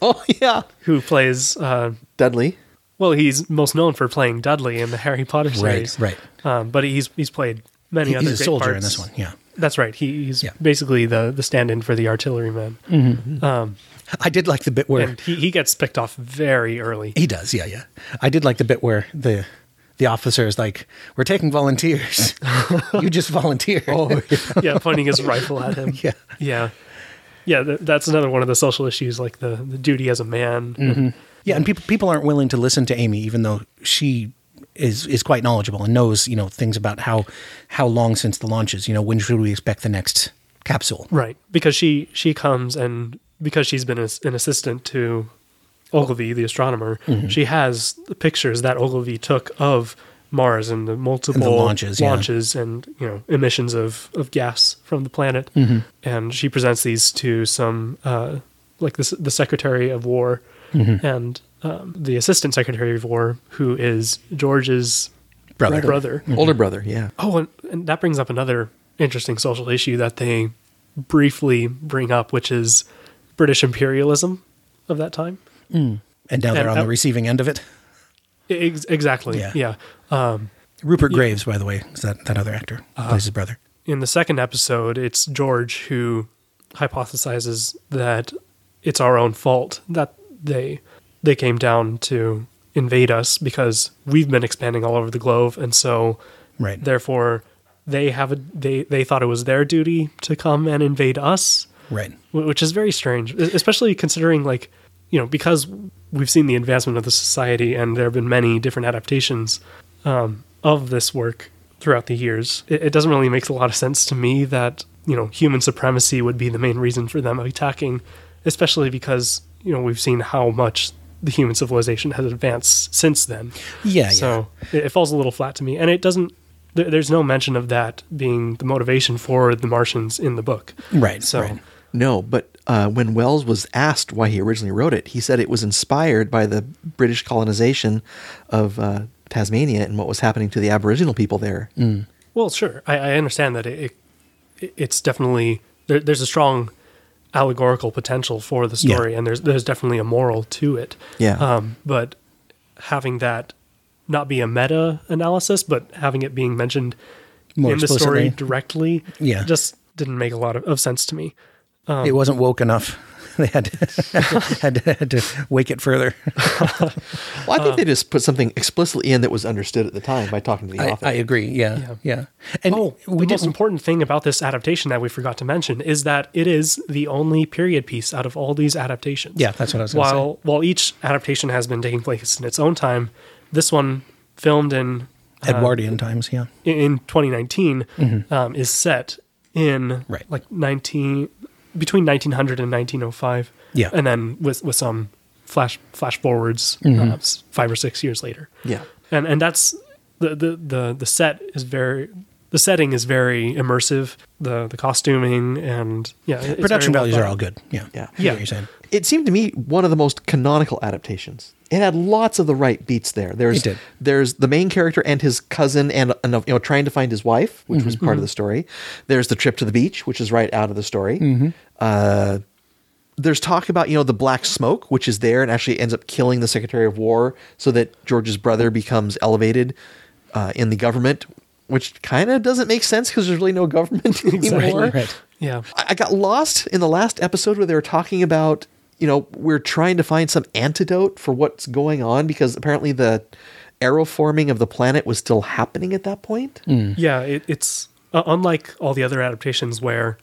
Oh yeah,
who plays. Uh,
Dudley.
well, he's most known for playing Dudley in the Harry Potter series,
right.
Um, but he's he's played many
he-
other.
he's a
great
soldier
parts.
in this one. Yeah,
That's right. He, he's
Yeah. Mm-hmm.
basically the the stand-in for the artilleryman,
I did like the bit where
and he, he gets picked off very early.
he does. Yeah, yeah. I did like the bit where the the officer is like, "We're taking volunteers. you just volunteer." Oh,
yeah, pointing his rifle at him.
Yeah.
yeah, yeah, th- that's another one of the social issues, like the, the duty as a man.
Yeah, and people people aren't willing to listen to Amy, even though she is is quite knowledgeable and knows you know things about how how long since the launches. You know, when should we expect the next capsule?
Right, because she she comes and because she's been as an assistant to Ogilvy, the astronomer, she has the pictures that Ogilvy took of Mars and the multiple
launches, yeah.
launches and you know emissions of of gas from the planet, and she presents these to some uh, like this the Secretary of War and um, the Assistant Secretary of War, who is George's
Brother.
brother.
Older brother, yeah.
Oh, and, and that brings up another interesting social issue that they briefly bring up, which is British imperialism of that time.
And now they're
And
on
out-
the receiving end of it.
E-, Ex- exactly.
Yeah.
Yeah. Uh,
Rupert Graves, by the way, is that that other actor
Uh-huh.
plays his brother.
In the second episode, it's George who hypothesizes that it's our own fault that they they came down to invade us because we've been expanding all over the globe, and so
Right.
therefore they have a they they thought it was their duty to come and invade us
Right.
wh- which is very strange, e- especially considering like you know because we've seen the advancement of the society and there have been many different adaptations um, of this work throughout the years. It, it doesn't really make a lot of sense to me that you know human supremacy would be the main reason for them attacking, especially because you know we've seen how much the human civilization has advanced since then.
Yeah.
So it, it falls a little flat to me, and it doesn't. There, there's no mention of that being the motivation for the Martians in the book.
yeah. Right.
So.
right.
No, but uh, when Wells was asked why he originally wrote it, he said it was inspired by the British colonization of uh, Tasmania and what was happening to the Aboriginal people there.
Mm.
Well, sure. I, I understand that it, it it's definitely there, there's a strong allegorical potential for the
Yeah.
story, and there's there's definitely a moral to it.
Yeah.
Um, but having that not be a meta analysis, but having it being mentioned
More
in the story
explicitly.
directly,
Yeah.
just didn't make a lot of, of sense to me. Um.
it wasn't woke enough. They had to, had, to, had to wake it further.
Well,
Uh.
I think they just put something explicitly in that was understood at the time by talking to the
I,
author.
I agree. Yeah, yeah. And
Oh,
we
the most
didn't.
important thing about this adaptation that we forgot to mention is that it is the only period piece out of all these adaptations.
Yeah, that's what I was gonna
While while each adaptation has been taking place in its own time, this one filmed in
Edwardian times. Yeah.
in 2019 um, is set in
Mm-hmm. Right.
like 19 between 1900 and 1905.
Yeah.
and then with with some flash flash forwards
Mm-hmm.
uh, s- five or six years later
yeah.
and and that's the the the, the set is very the setting is very immersive the the costuming and yeah it- it's
Production
very well
values are
thought
all good. Yeah.
Yeah.
I hear what
Yeah.
you're saying.
It seemed to me one of the most canonical adaptations. It had lots of the right beats there. There's
It did.
there's the main character and his cousin and, and you know trying to find his wife, which
Mm-hmm,
was part of the story. There's the trip to the beach, which is right out of the story.
Mm-hmm.
Uh, there's talk about you know the black smoke, which is there and actually ends up killing the Secretary of War, so that George's brother becomes elevated uh, in the government, which kind of doesn't make sense because there's really no government anymore.
Right.
yeah
I I got lost in the last episode where they were talking about, you know, we're trying to find some antidote for what's going on because apparently the arrow forming of the planet was still happening at that point.
yeah it, it's uh, unlike all the other adaptations where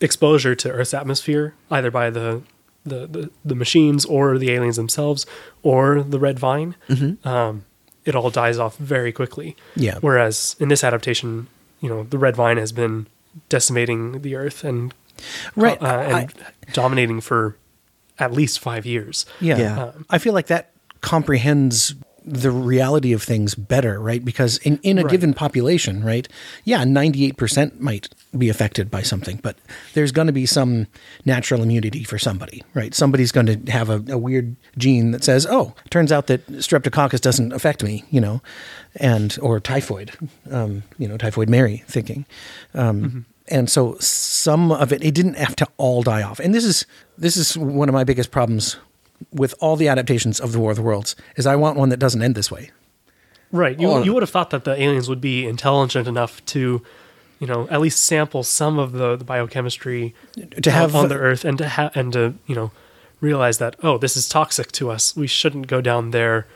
exposure to earth's atmosphere either by the the, the, the machines or the aliens themselves or the red vine um, it all dies off very quickly
Yeah.
whereas in this adaptation you know the red vine has been decimating the earth and
Right.
uh, and dominating for at least five years.
Yeah.
Yeah.
I feel like that comprehends the reality of things better, right? Because in, in a
Right.
given population, right? Yeah, 98% might be affected by something, but there's going to be some natural immunity for somebody, right? Somebody's going to have a, a weird gene that says, oh, turns out that streptococcus doesn't affect me, you know, and, or typhoid, um, you know, typhoid Mary thinking. Um, and so some of it it didn't have to all die off and this is this is one of my biggest problems with all the adaptations of the war of the worlds is i want one that doesn't end this way
Right. You,
Oh.
you would have thought that the aliens would be intelligent enough to, you know, at least sample some of the, the biochemistry
To have-
on the Earth and to ha- and to you know realize that oh this is toxic to us. We shouldn't go down there.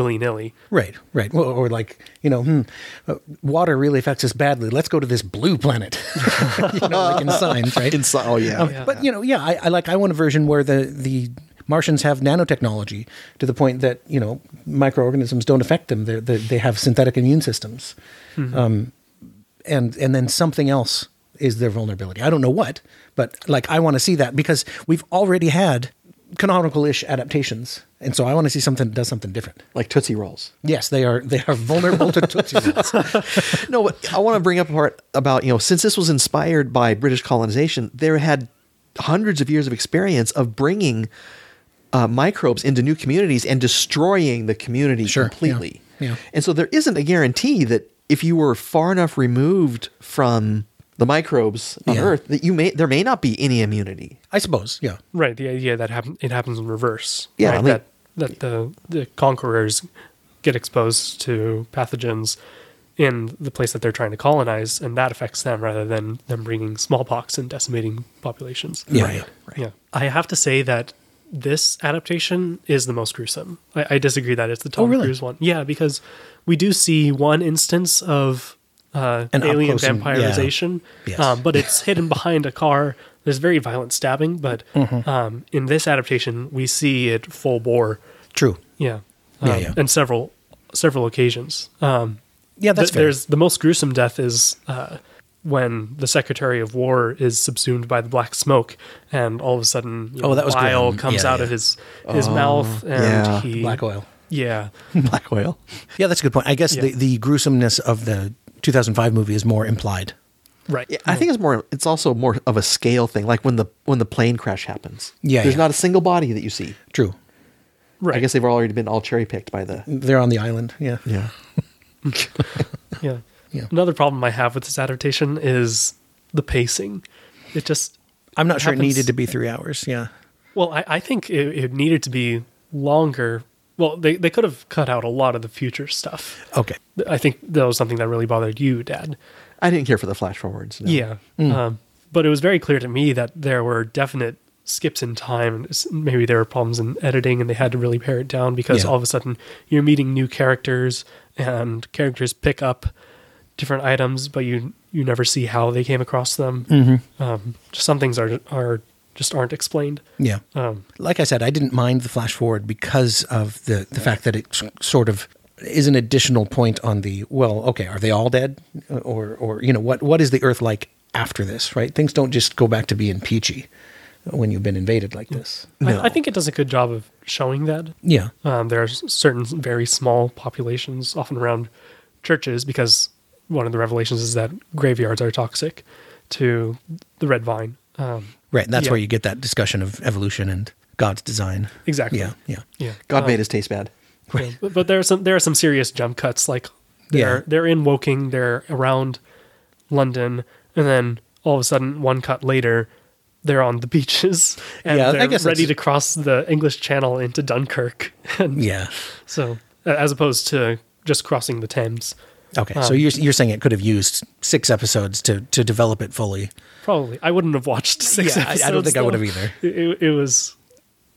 willy nilly.
Right, right. Well, or like, you know, hmm, uh, water really affects us badly. Let's go to this blue planet. you know, like in signs, right?
In, oh yeah.
Um, But you know, yeah, I, I like. I want a version where the the Martians have nanotechnology to the point that you know microorganisms don't affect them. They're, they they have synthetic immune systems,
Mm-hmm.
um, and and then something else is their vulnerability. I don't know what, but like I want to see that because we've already had canonical-ish adaptations, and so I want to see something that does something different.
like Tootsie Rolls.
Yes, they are they are vulnerable to Tootsie Rolls.
no, but I want to bring up a part about, you know, since this was inspired by British colonization, there had hundreds of years of experience of bringing uh, microbes into new communities and destroying the community
Sure, yeah,
completely.
yeah.
And so there isn't a guarantee that if you were far enough removed from the microbes on
Yeah.
Earth, that you may there may not be any immunity.
I suppose, yeah.
Right. The idea that happen, it happens in reverse.
Yeah,
Right?
I mean-
that that the the conquerors get exposed to pathogens in the place that they're trying to colonize, and that affects them rather than them bringing smallpox and decimating populations.
Yeah, yeah.
Yeah. I have to say that this adaptation is the most gruesome. I, I disagree that it's the Tom
Oh, really?
Cruise one. Yeah, because we do see one instance of uh,
An up
alien
close and- yeah.
vampirization,
Yes.
um, but it's hidden behind a car. There's very violent stabbing, but
Mm-hmm.
um, in this adaptation, we see it full bore.
True.
Yeah. Um,
Yeah, yeah.
And several several occasions. Um,
Yeah, that's
th-
fair.
there's the most gruesome death is uh, when the Secretary of War is subsumed by the black smoke, and all of a sudden, you
Oh, that was
bile
grim.
comes
Yeah,
out
yeah. Oh,
of his his mouth, and
yeah.
he
black oil. Hmm.
Yeah,
Black oil.
Yeah, that's a good point. I guess
Yeah.
the, the gruesomeness of the 2005 movie is more implied.
right.
Yeah, I think it's more. It's also more of a scale thing. Like when the when the plane crash happens,
Yeah,
there's
yeah.
not a single body that you see.
True.
right.
I guess they've already been all cherry picked by the
They're on the island. Yeah.
yeah.
yeah.
Yeah.
Another problem I have with this adaptation is the pacing. It just
I'm not sure it
happens-
needed to be three hours. Yeah.
Well, I, I think it, it needed to be longer. Well, they, they could have cut out a lot of the future stuff.
Okay.
I think that was something that really bothered you, Dad.
I didn't care for the flash forwards. no.
Yeah. Um, but it was very clear to me that there were definite skips in time. and s- Maybe there were problems in editing and they had to really pare it down because
Yeah.
all of a sudden you're meeting new characters and characters pick up different items, but you you never see how they came across them. Um, just some things are are just aren't explained.
Yeah.
Um,
like I said, I didn't mind the flash forward because of the, the fact that it s- sort of is an additional point on the well. Okay, are they all dead, Uh, or or you know what what is the Earth like after this? Right, things don't just go back to being peachy when you've been invaded like this.
No.
I, I think it does a good job of showing that.
Yeah,
Um, there are s- certain very small populations, often around churches, because one of the revelations is that graveyards are toxic to the red vine. Um,
right. That's
Yeah.
where you get that discussion of evolution and God's design.
exactly.
Yeah, yeah.
Yeah.
God
Um,
Oh.
made us taste bad.
yeah. But, but there are some there are some serious jump cuts. Like they're
Yeah.
they're in Woking, they're around London, and then all of a sudden, one cut later, they're on the beaches and
Yeah, I
they're
guess
ready
it's-
to cross the English Channel into Dunkirk. And
Yeah.
So, a- as opposed to just crossing the Thames,
Okay,
Um,
so you're you're saying it could have used six episodes to to develop it fully.
probably I wouldn't have watched six.
Yeah, I- I don't
episodes,
think I would
though.
have either.
It, it was.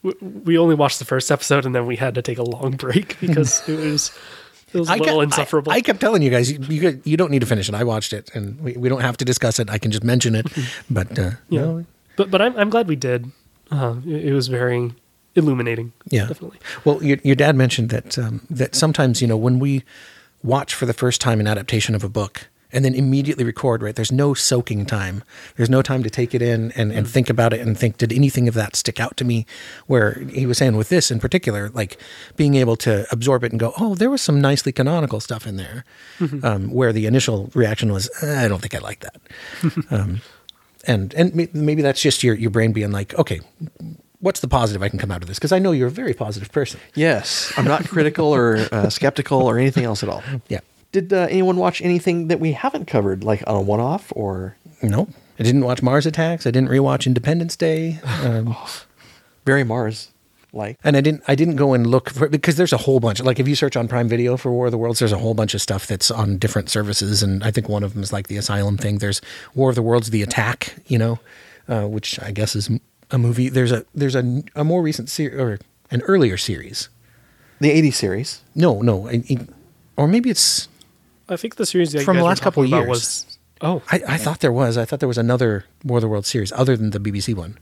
w- We only watched the first episode, and then we had to take a long break because it was it was a
I
little
kept,
insufferable.
I, I kept telling you guys, you, you guys- you don't need to finish it. I watched it, and we, we don't have to discuss it. I can just mention it, but uh,
yeah.
no,
But but I'm I'm glad we did. Uh, it, it was very illuminating.
yeah,
definitely.
Well, your, your dad mentioned that um, that sometimes you know when we watch for the first time an adaptation of a book and then immediately record, right? There's no soaking time. There's no time to take it in and, and think about it and think, did anything of that stick out to me? Where he was saying with this in particular, like being able to absorb it and go, oh, there was some nicely canonical stuff in there, um, where the initial reaction was, "Eh, I don't think I like that. um, and and may- maybe that's just your, your brain being like, okay, what's the positive I can come out of this? Because I know you're a very positive person.
Yes, I'm not critical or uh, skeptical or anything else at all.
Yeah.
Did uh, anyone watch anything that we haven't covered, like on a one-off or
No, I didn't watch Mars Attacks. I didn't rewatch Independence Day, um,
very Mars? Like
and I didn't. I didn't go and look for because there's a whole bunch. Like if you search on Prime Video for War of the Worlds, there's a whole bunch of stuff that's on different services, and I think one of them is like the Asylum thing. There's War of the Worlds: The Attack, you know, uh, which I guess is m- a movie. There's a there's a, a more recent series or an earlier series
The 80 series.
No, no, I- I- or maybe it's.
I think the series that you
From the
guys were
last couple
talking about
years.
was oh
I, I thought there was. I thought there was another War of the World series other than the BBC one.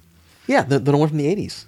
Yeah, the, the one from the 80s.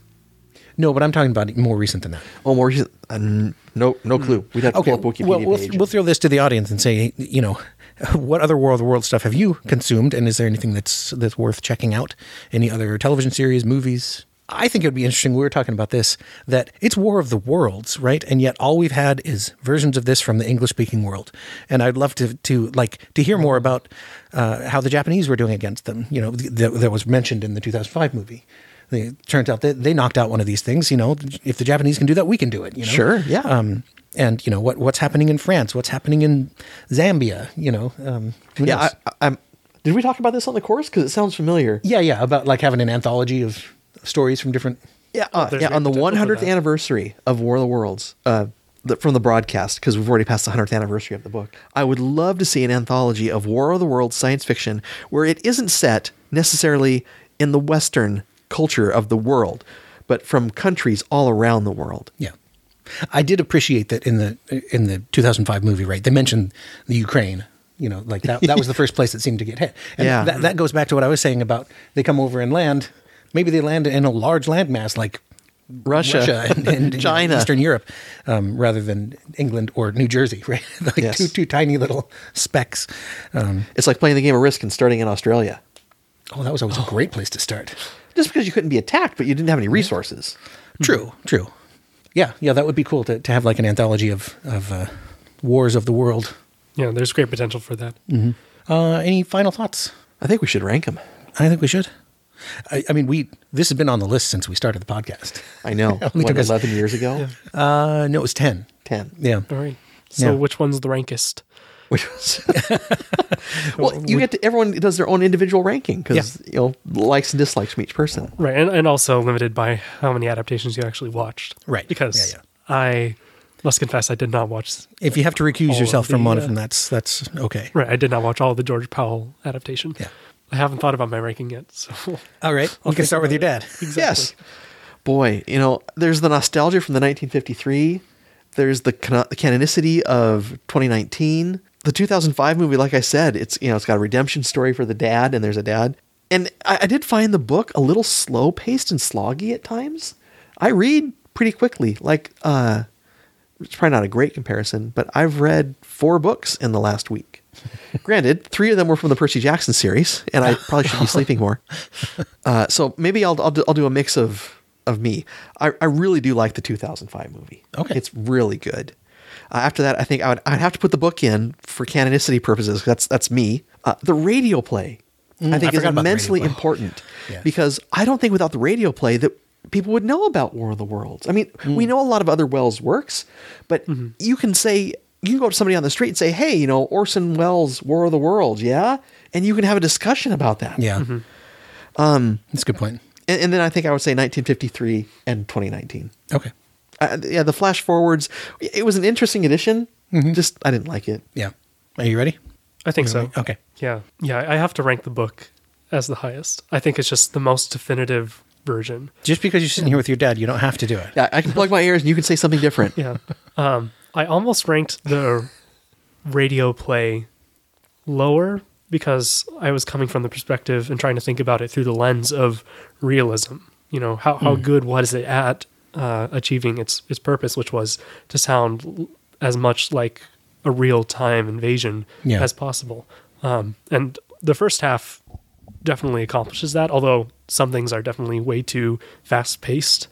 No, but I'm talking about more recent than that.
Oh, more. recent- Uh, no, no clue. We'd have to
Okay,
pull up Wikipedia
well, we'll,
page.
we'll throw this to the audience and say, you know, what other War of the World stuff have you consumed, and is there anything that's that's worth checking out? Any other television series, movies? I think it would be interesting. We were talking about this that it's War of the Worlds, right? And yet all we've had is versions of this from the English-speaking world. And I'd love to to like to hear more about uh, how the Japanese were doing against them. You know, th- that, that was mentioned in the 2005 movie. It turns out that they knocked out one of these things. You know, if the Japanese can do that, we can do it. You know?
Sure, yeah.
Um, and you know what what's happening in France, what's happening in Zambia, you know. Um, who
yeah,
knows?
I, I, I'm. Did we talk about this on the course? Because it sounds familiar.
yeah, yeah, about like having an anthology of stories from different.
Yeah, uh,
Oh, there's
yeah.
the
On the
potential for
100th
that.
anniversary of War of the Worlds, uh, the, from the broadcast, because we've already passed the 100th anniversary of the book. I would love to see an anthology of War of the Worlds science fiction where it isn't set necessarily in the Western culture of the world, but from countries all around the world.
Yeah, I did appreciate that in the in the 2005 movie, right? They mentioned the Ukraine. You know, like that, that was the first place that seemed to get hit. And
Yeah.
that, that goes back to what I was saying about they come over and land. Maybe they land in a large landmass like
Russia,
and, and, you know,
China.
Eastern Europe, um, rather than England or New Jersey, right? like
Yes.
two, two tiny little specks. Um,
It's like playing the game of Risk and starting in Australia.
Oh, that was always a great place to start.
Just because you couldn't be attacked, but you didn't have any resources.
True, true. Yeah, yeah, that would be cool to, to have like an anthology of of uh, wars of the world.
yeah there's great potential for that
Uh, any final thoughts?
I think we should rank them.
I think we should. I, I mean, we this has been on the list since we started the podcast.
I know.
Only
what,
took us-
11 years ago?
Uh, no, it was ten.
10.
Yeah,
all right so
Yeah.
which one's the rankest
which was well you get to everyone does their own individual ranking because you know likes and dislikes from each person
right and, and also limited by how many adaptations you actually watched
Right.
because
Yeah,
I must confess I did not watch
if you have to recuse yourself from
the,
one
uh,
of them, that's that's okay.
right I did not watch all the George Powell adaptation
Yeah.
I haven't thought about my ranking yet so
All right, we can start with your dad.
yes boy you know there's the nostalgia from the 1953 there's the cano- canonicity of 2019 the 2005 movie like i said it's you know it's got a redemption story for the dad and there's a dad and i, I did find the book a little slow paced and sloggy at times i read pretty quickly like uh it's probably not a great comparison, but I've read four books in the last week. Granted, three of them were from the Percy Jackson series, and I probably should be sleeping more. Uh, so maybe I'll, I'll, do, I'll do a mix of, of me. I, I really do like the 2005 movie.
Okay.
It's really good. Uh, after that, I think I would, I'd have to put the book in for canonicity purposes. 'cause That's, that's me. Uh, the radio play, I think,
Mm, I forgot
is
about the radio
immensely
play.
important
Yeah.
because I don't think without the radio play that people would know about War of the Worlds. I mean, we know a lot of other Wells works, but you can say you can go to somebody on the street and say, "Hey, you know Orson Welles' War of the Worlds, yeah," and you can have a discussion about that.
Yeah, um, that's a good point.
and, and then I think I would say 1953 and 2019.
Okay,
Uh, yeah, the flash forwards. It was an interesting edition. Just I didn't like it.
yeah. Are you ready?
I think so.
Okay.
Yeah. Yeah. I have to rank the book as the highest. I think it's just the most definitive version.
Just because you're sitting here with your dad, you don't have to do it.
Yeah, I can plug my ears and you can say something different.
Yeah. um, I almost ranked the radio play lower because I was coming from the perspective and trying to think about it through the lens of realism. You know, how, how good was it at uh, achieving its its purpose, which was to sound l- as much like a real time invasion
Yeah.
as possible. Um, and the first half definitely accomplishes that, although some things are definitely way too fast paced,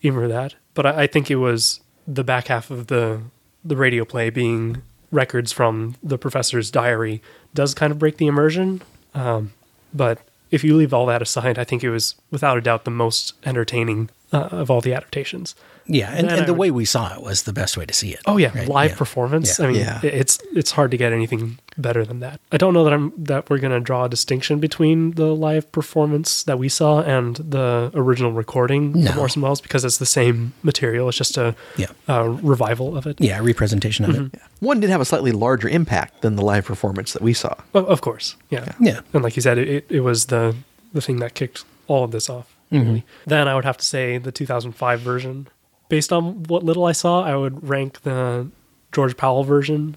even for that. But I, I think it was the back half of the the radio play being records from the professor's diary does kind of break the immersion. Um, but if you leave all that aside, I think it was without a doubt the most entertaining uh, of all the adaptations.
Yeah, and,
Then
and
I
the
would-
way we saw it was the best way to see it.
Oh yeah,
right?
live
Yeah.
performance.
Yeah.
I mean,
Yeah.
i- it's it's hard to get anything better than that. I don't know that I'm that we're gonna draw a distinction between the live performance that we saw and the original recording
No.
of Orson Welles because it's the same material. It's just a
Yeah.
a revival of it.
Yeah, representation of
Mm-hmm.
it.
One did have a slightly larger impact than the live performance that we saw.
O- of course. Yeah.
Yeah.
And like you said, it, it, it was the
Mm-hmm.
the thing that kicked all of this off. Really. Then I would have to say the 2005 version based on what little I saw, I would rank the George Powell version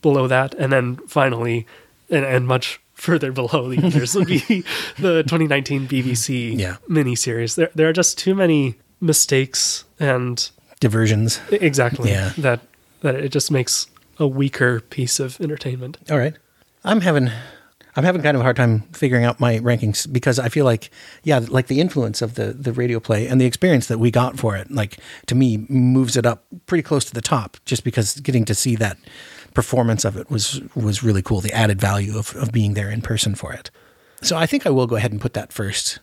below that, and then finally, and, and much further below the others would be the 2019 BBC
Yeah.
miniseries. There, there are just too many mistakes and
Diversions.
exactly
Yeah.
that that it just makes a weaker piece of entertainment.
All right. I'm having I'm having kind of a hard time figuring out my rankings because I feel like yeah, like the influence of the the radio play and the experience that we got for it like to me moves it up pretty close to the top just because getting to see that performance of it was was really cool, the added value of of being there in person for it. So I think I will go ahead and put that first.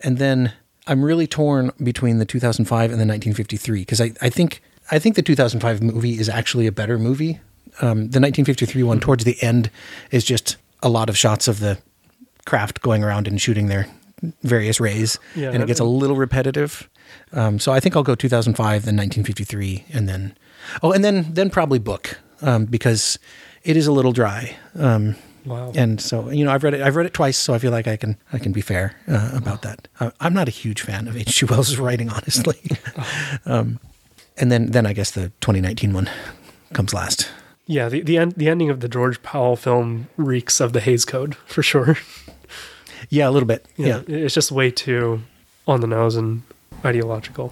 And then I'm really torn between the 2005 and the 1953 because I, I think I think the 2005 movie is actually a better movie. Um, the 1953 one towards the end is just a lot of shots of the craft going around and shooting their various rays,
Yeah,
and it
that-
gets a little repetitive. Um, so I think I'll go 2005, then 1953, and then oh, and then then probably book um, because it is a little dry. Um,
Wow.
and so you know, I've read it. I've read it twice, so I feel like I can I can be fair uh, about that. Uh, I'm not a huge fan of H.G. Wells' writing, honestly. um, and then then I guess the 2019 one comes last.
Yeah, the the, end, the ending of the George Powell film reeks of the Hayes Code for sure.
Yeah, a little bit. Yeah,
it's just way too on the nose and ideological.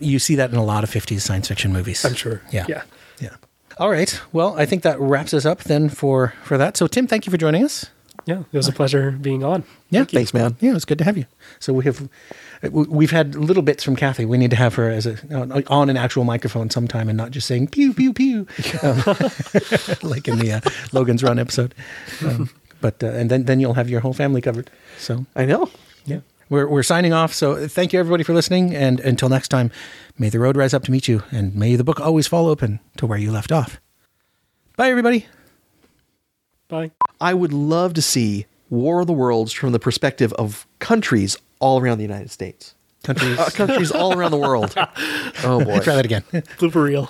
you see that in a lot of 50s science fiction movies.
I'm sure.
Yeah.
yeah.
Yeah. All right. Well, I think that wraps us up then for for that. So Tim, thank you for joining us.
Yeah, it was a pleasure being on.
Yeah,
you. Thanks, man.
Yeah, it's good to have you. So we have we- we've had little bits from Kathy. We need to have her as a uh, on an actual microphone sometime and not just saying pew pew pew, um, like in the uh, Logan's Run episode. Um, but uh, and then then you'll have your whole family covered. So
I know.
yeah, we're we're signing off. So thank you everybody for listening, and until next time, may the road rise up to meet you, and may the book always fall open to where you left off. Bye everybody.
Bye.
I would love to see War of the Worlds from the perspective of countries all around the United States.
Countries.
Uh, countries all around the world. Oh boy.
Try that again.
Blooper reel.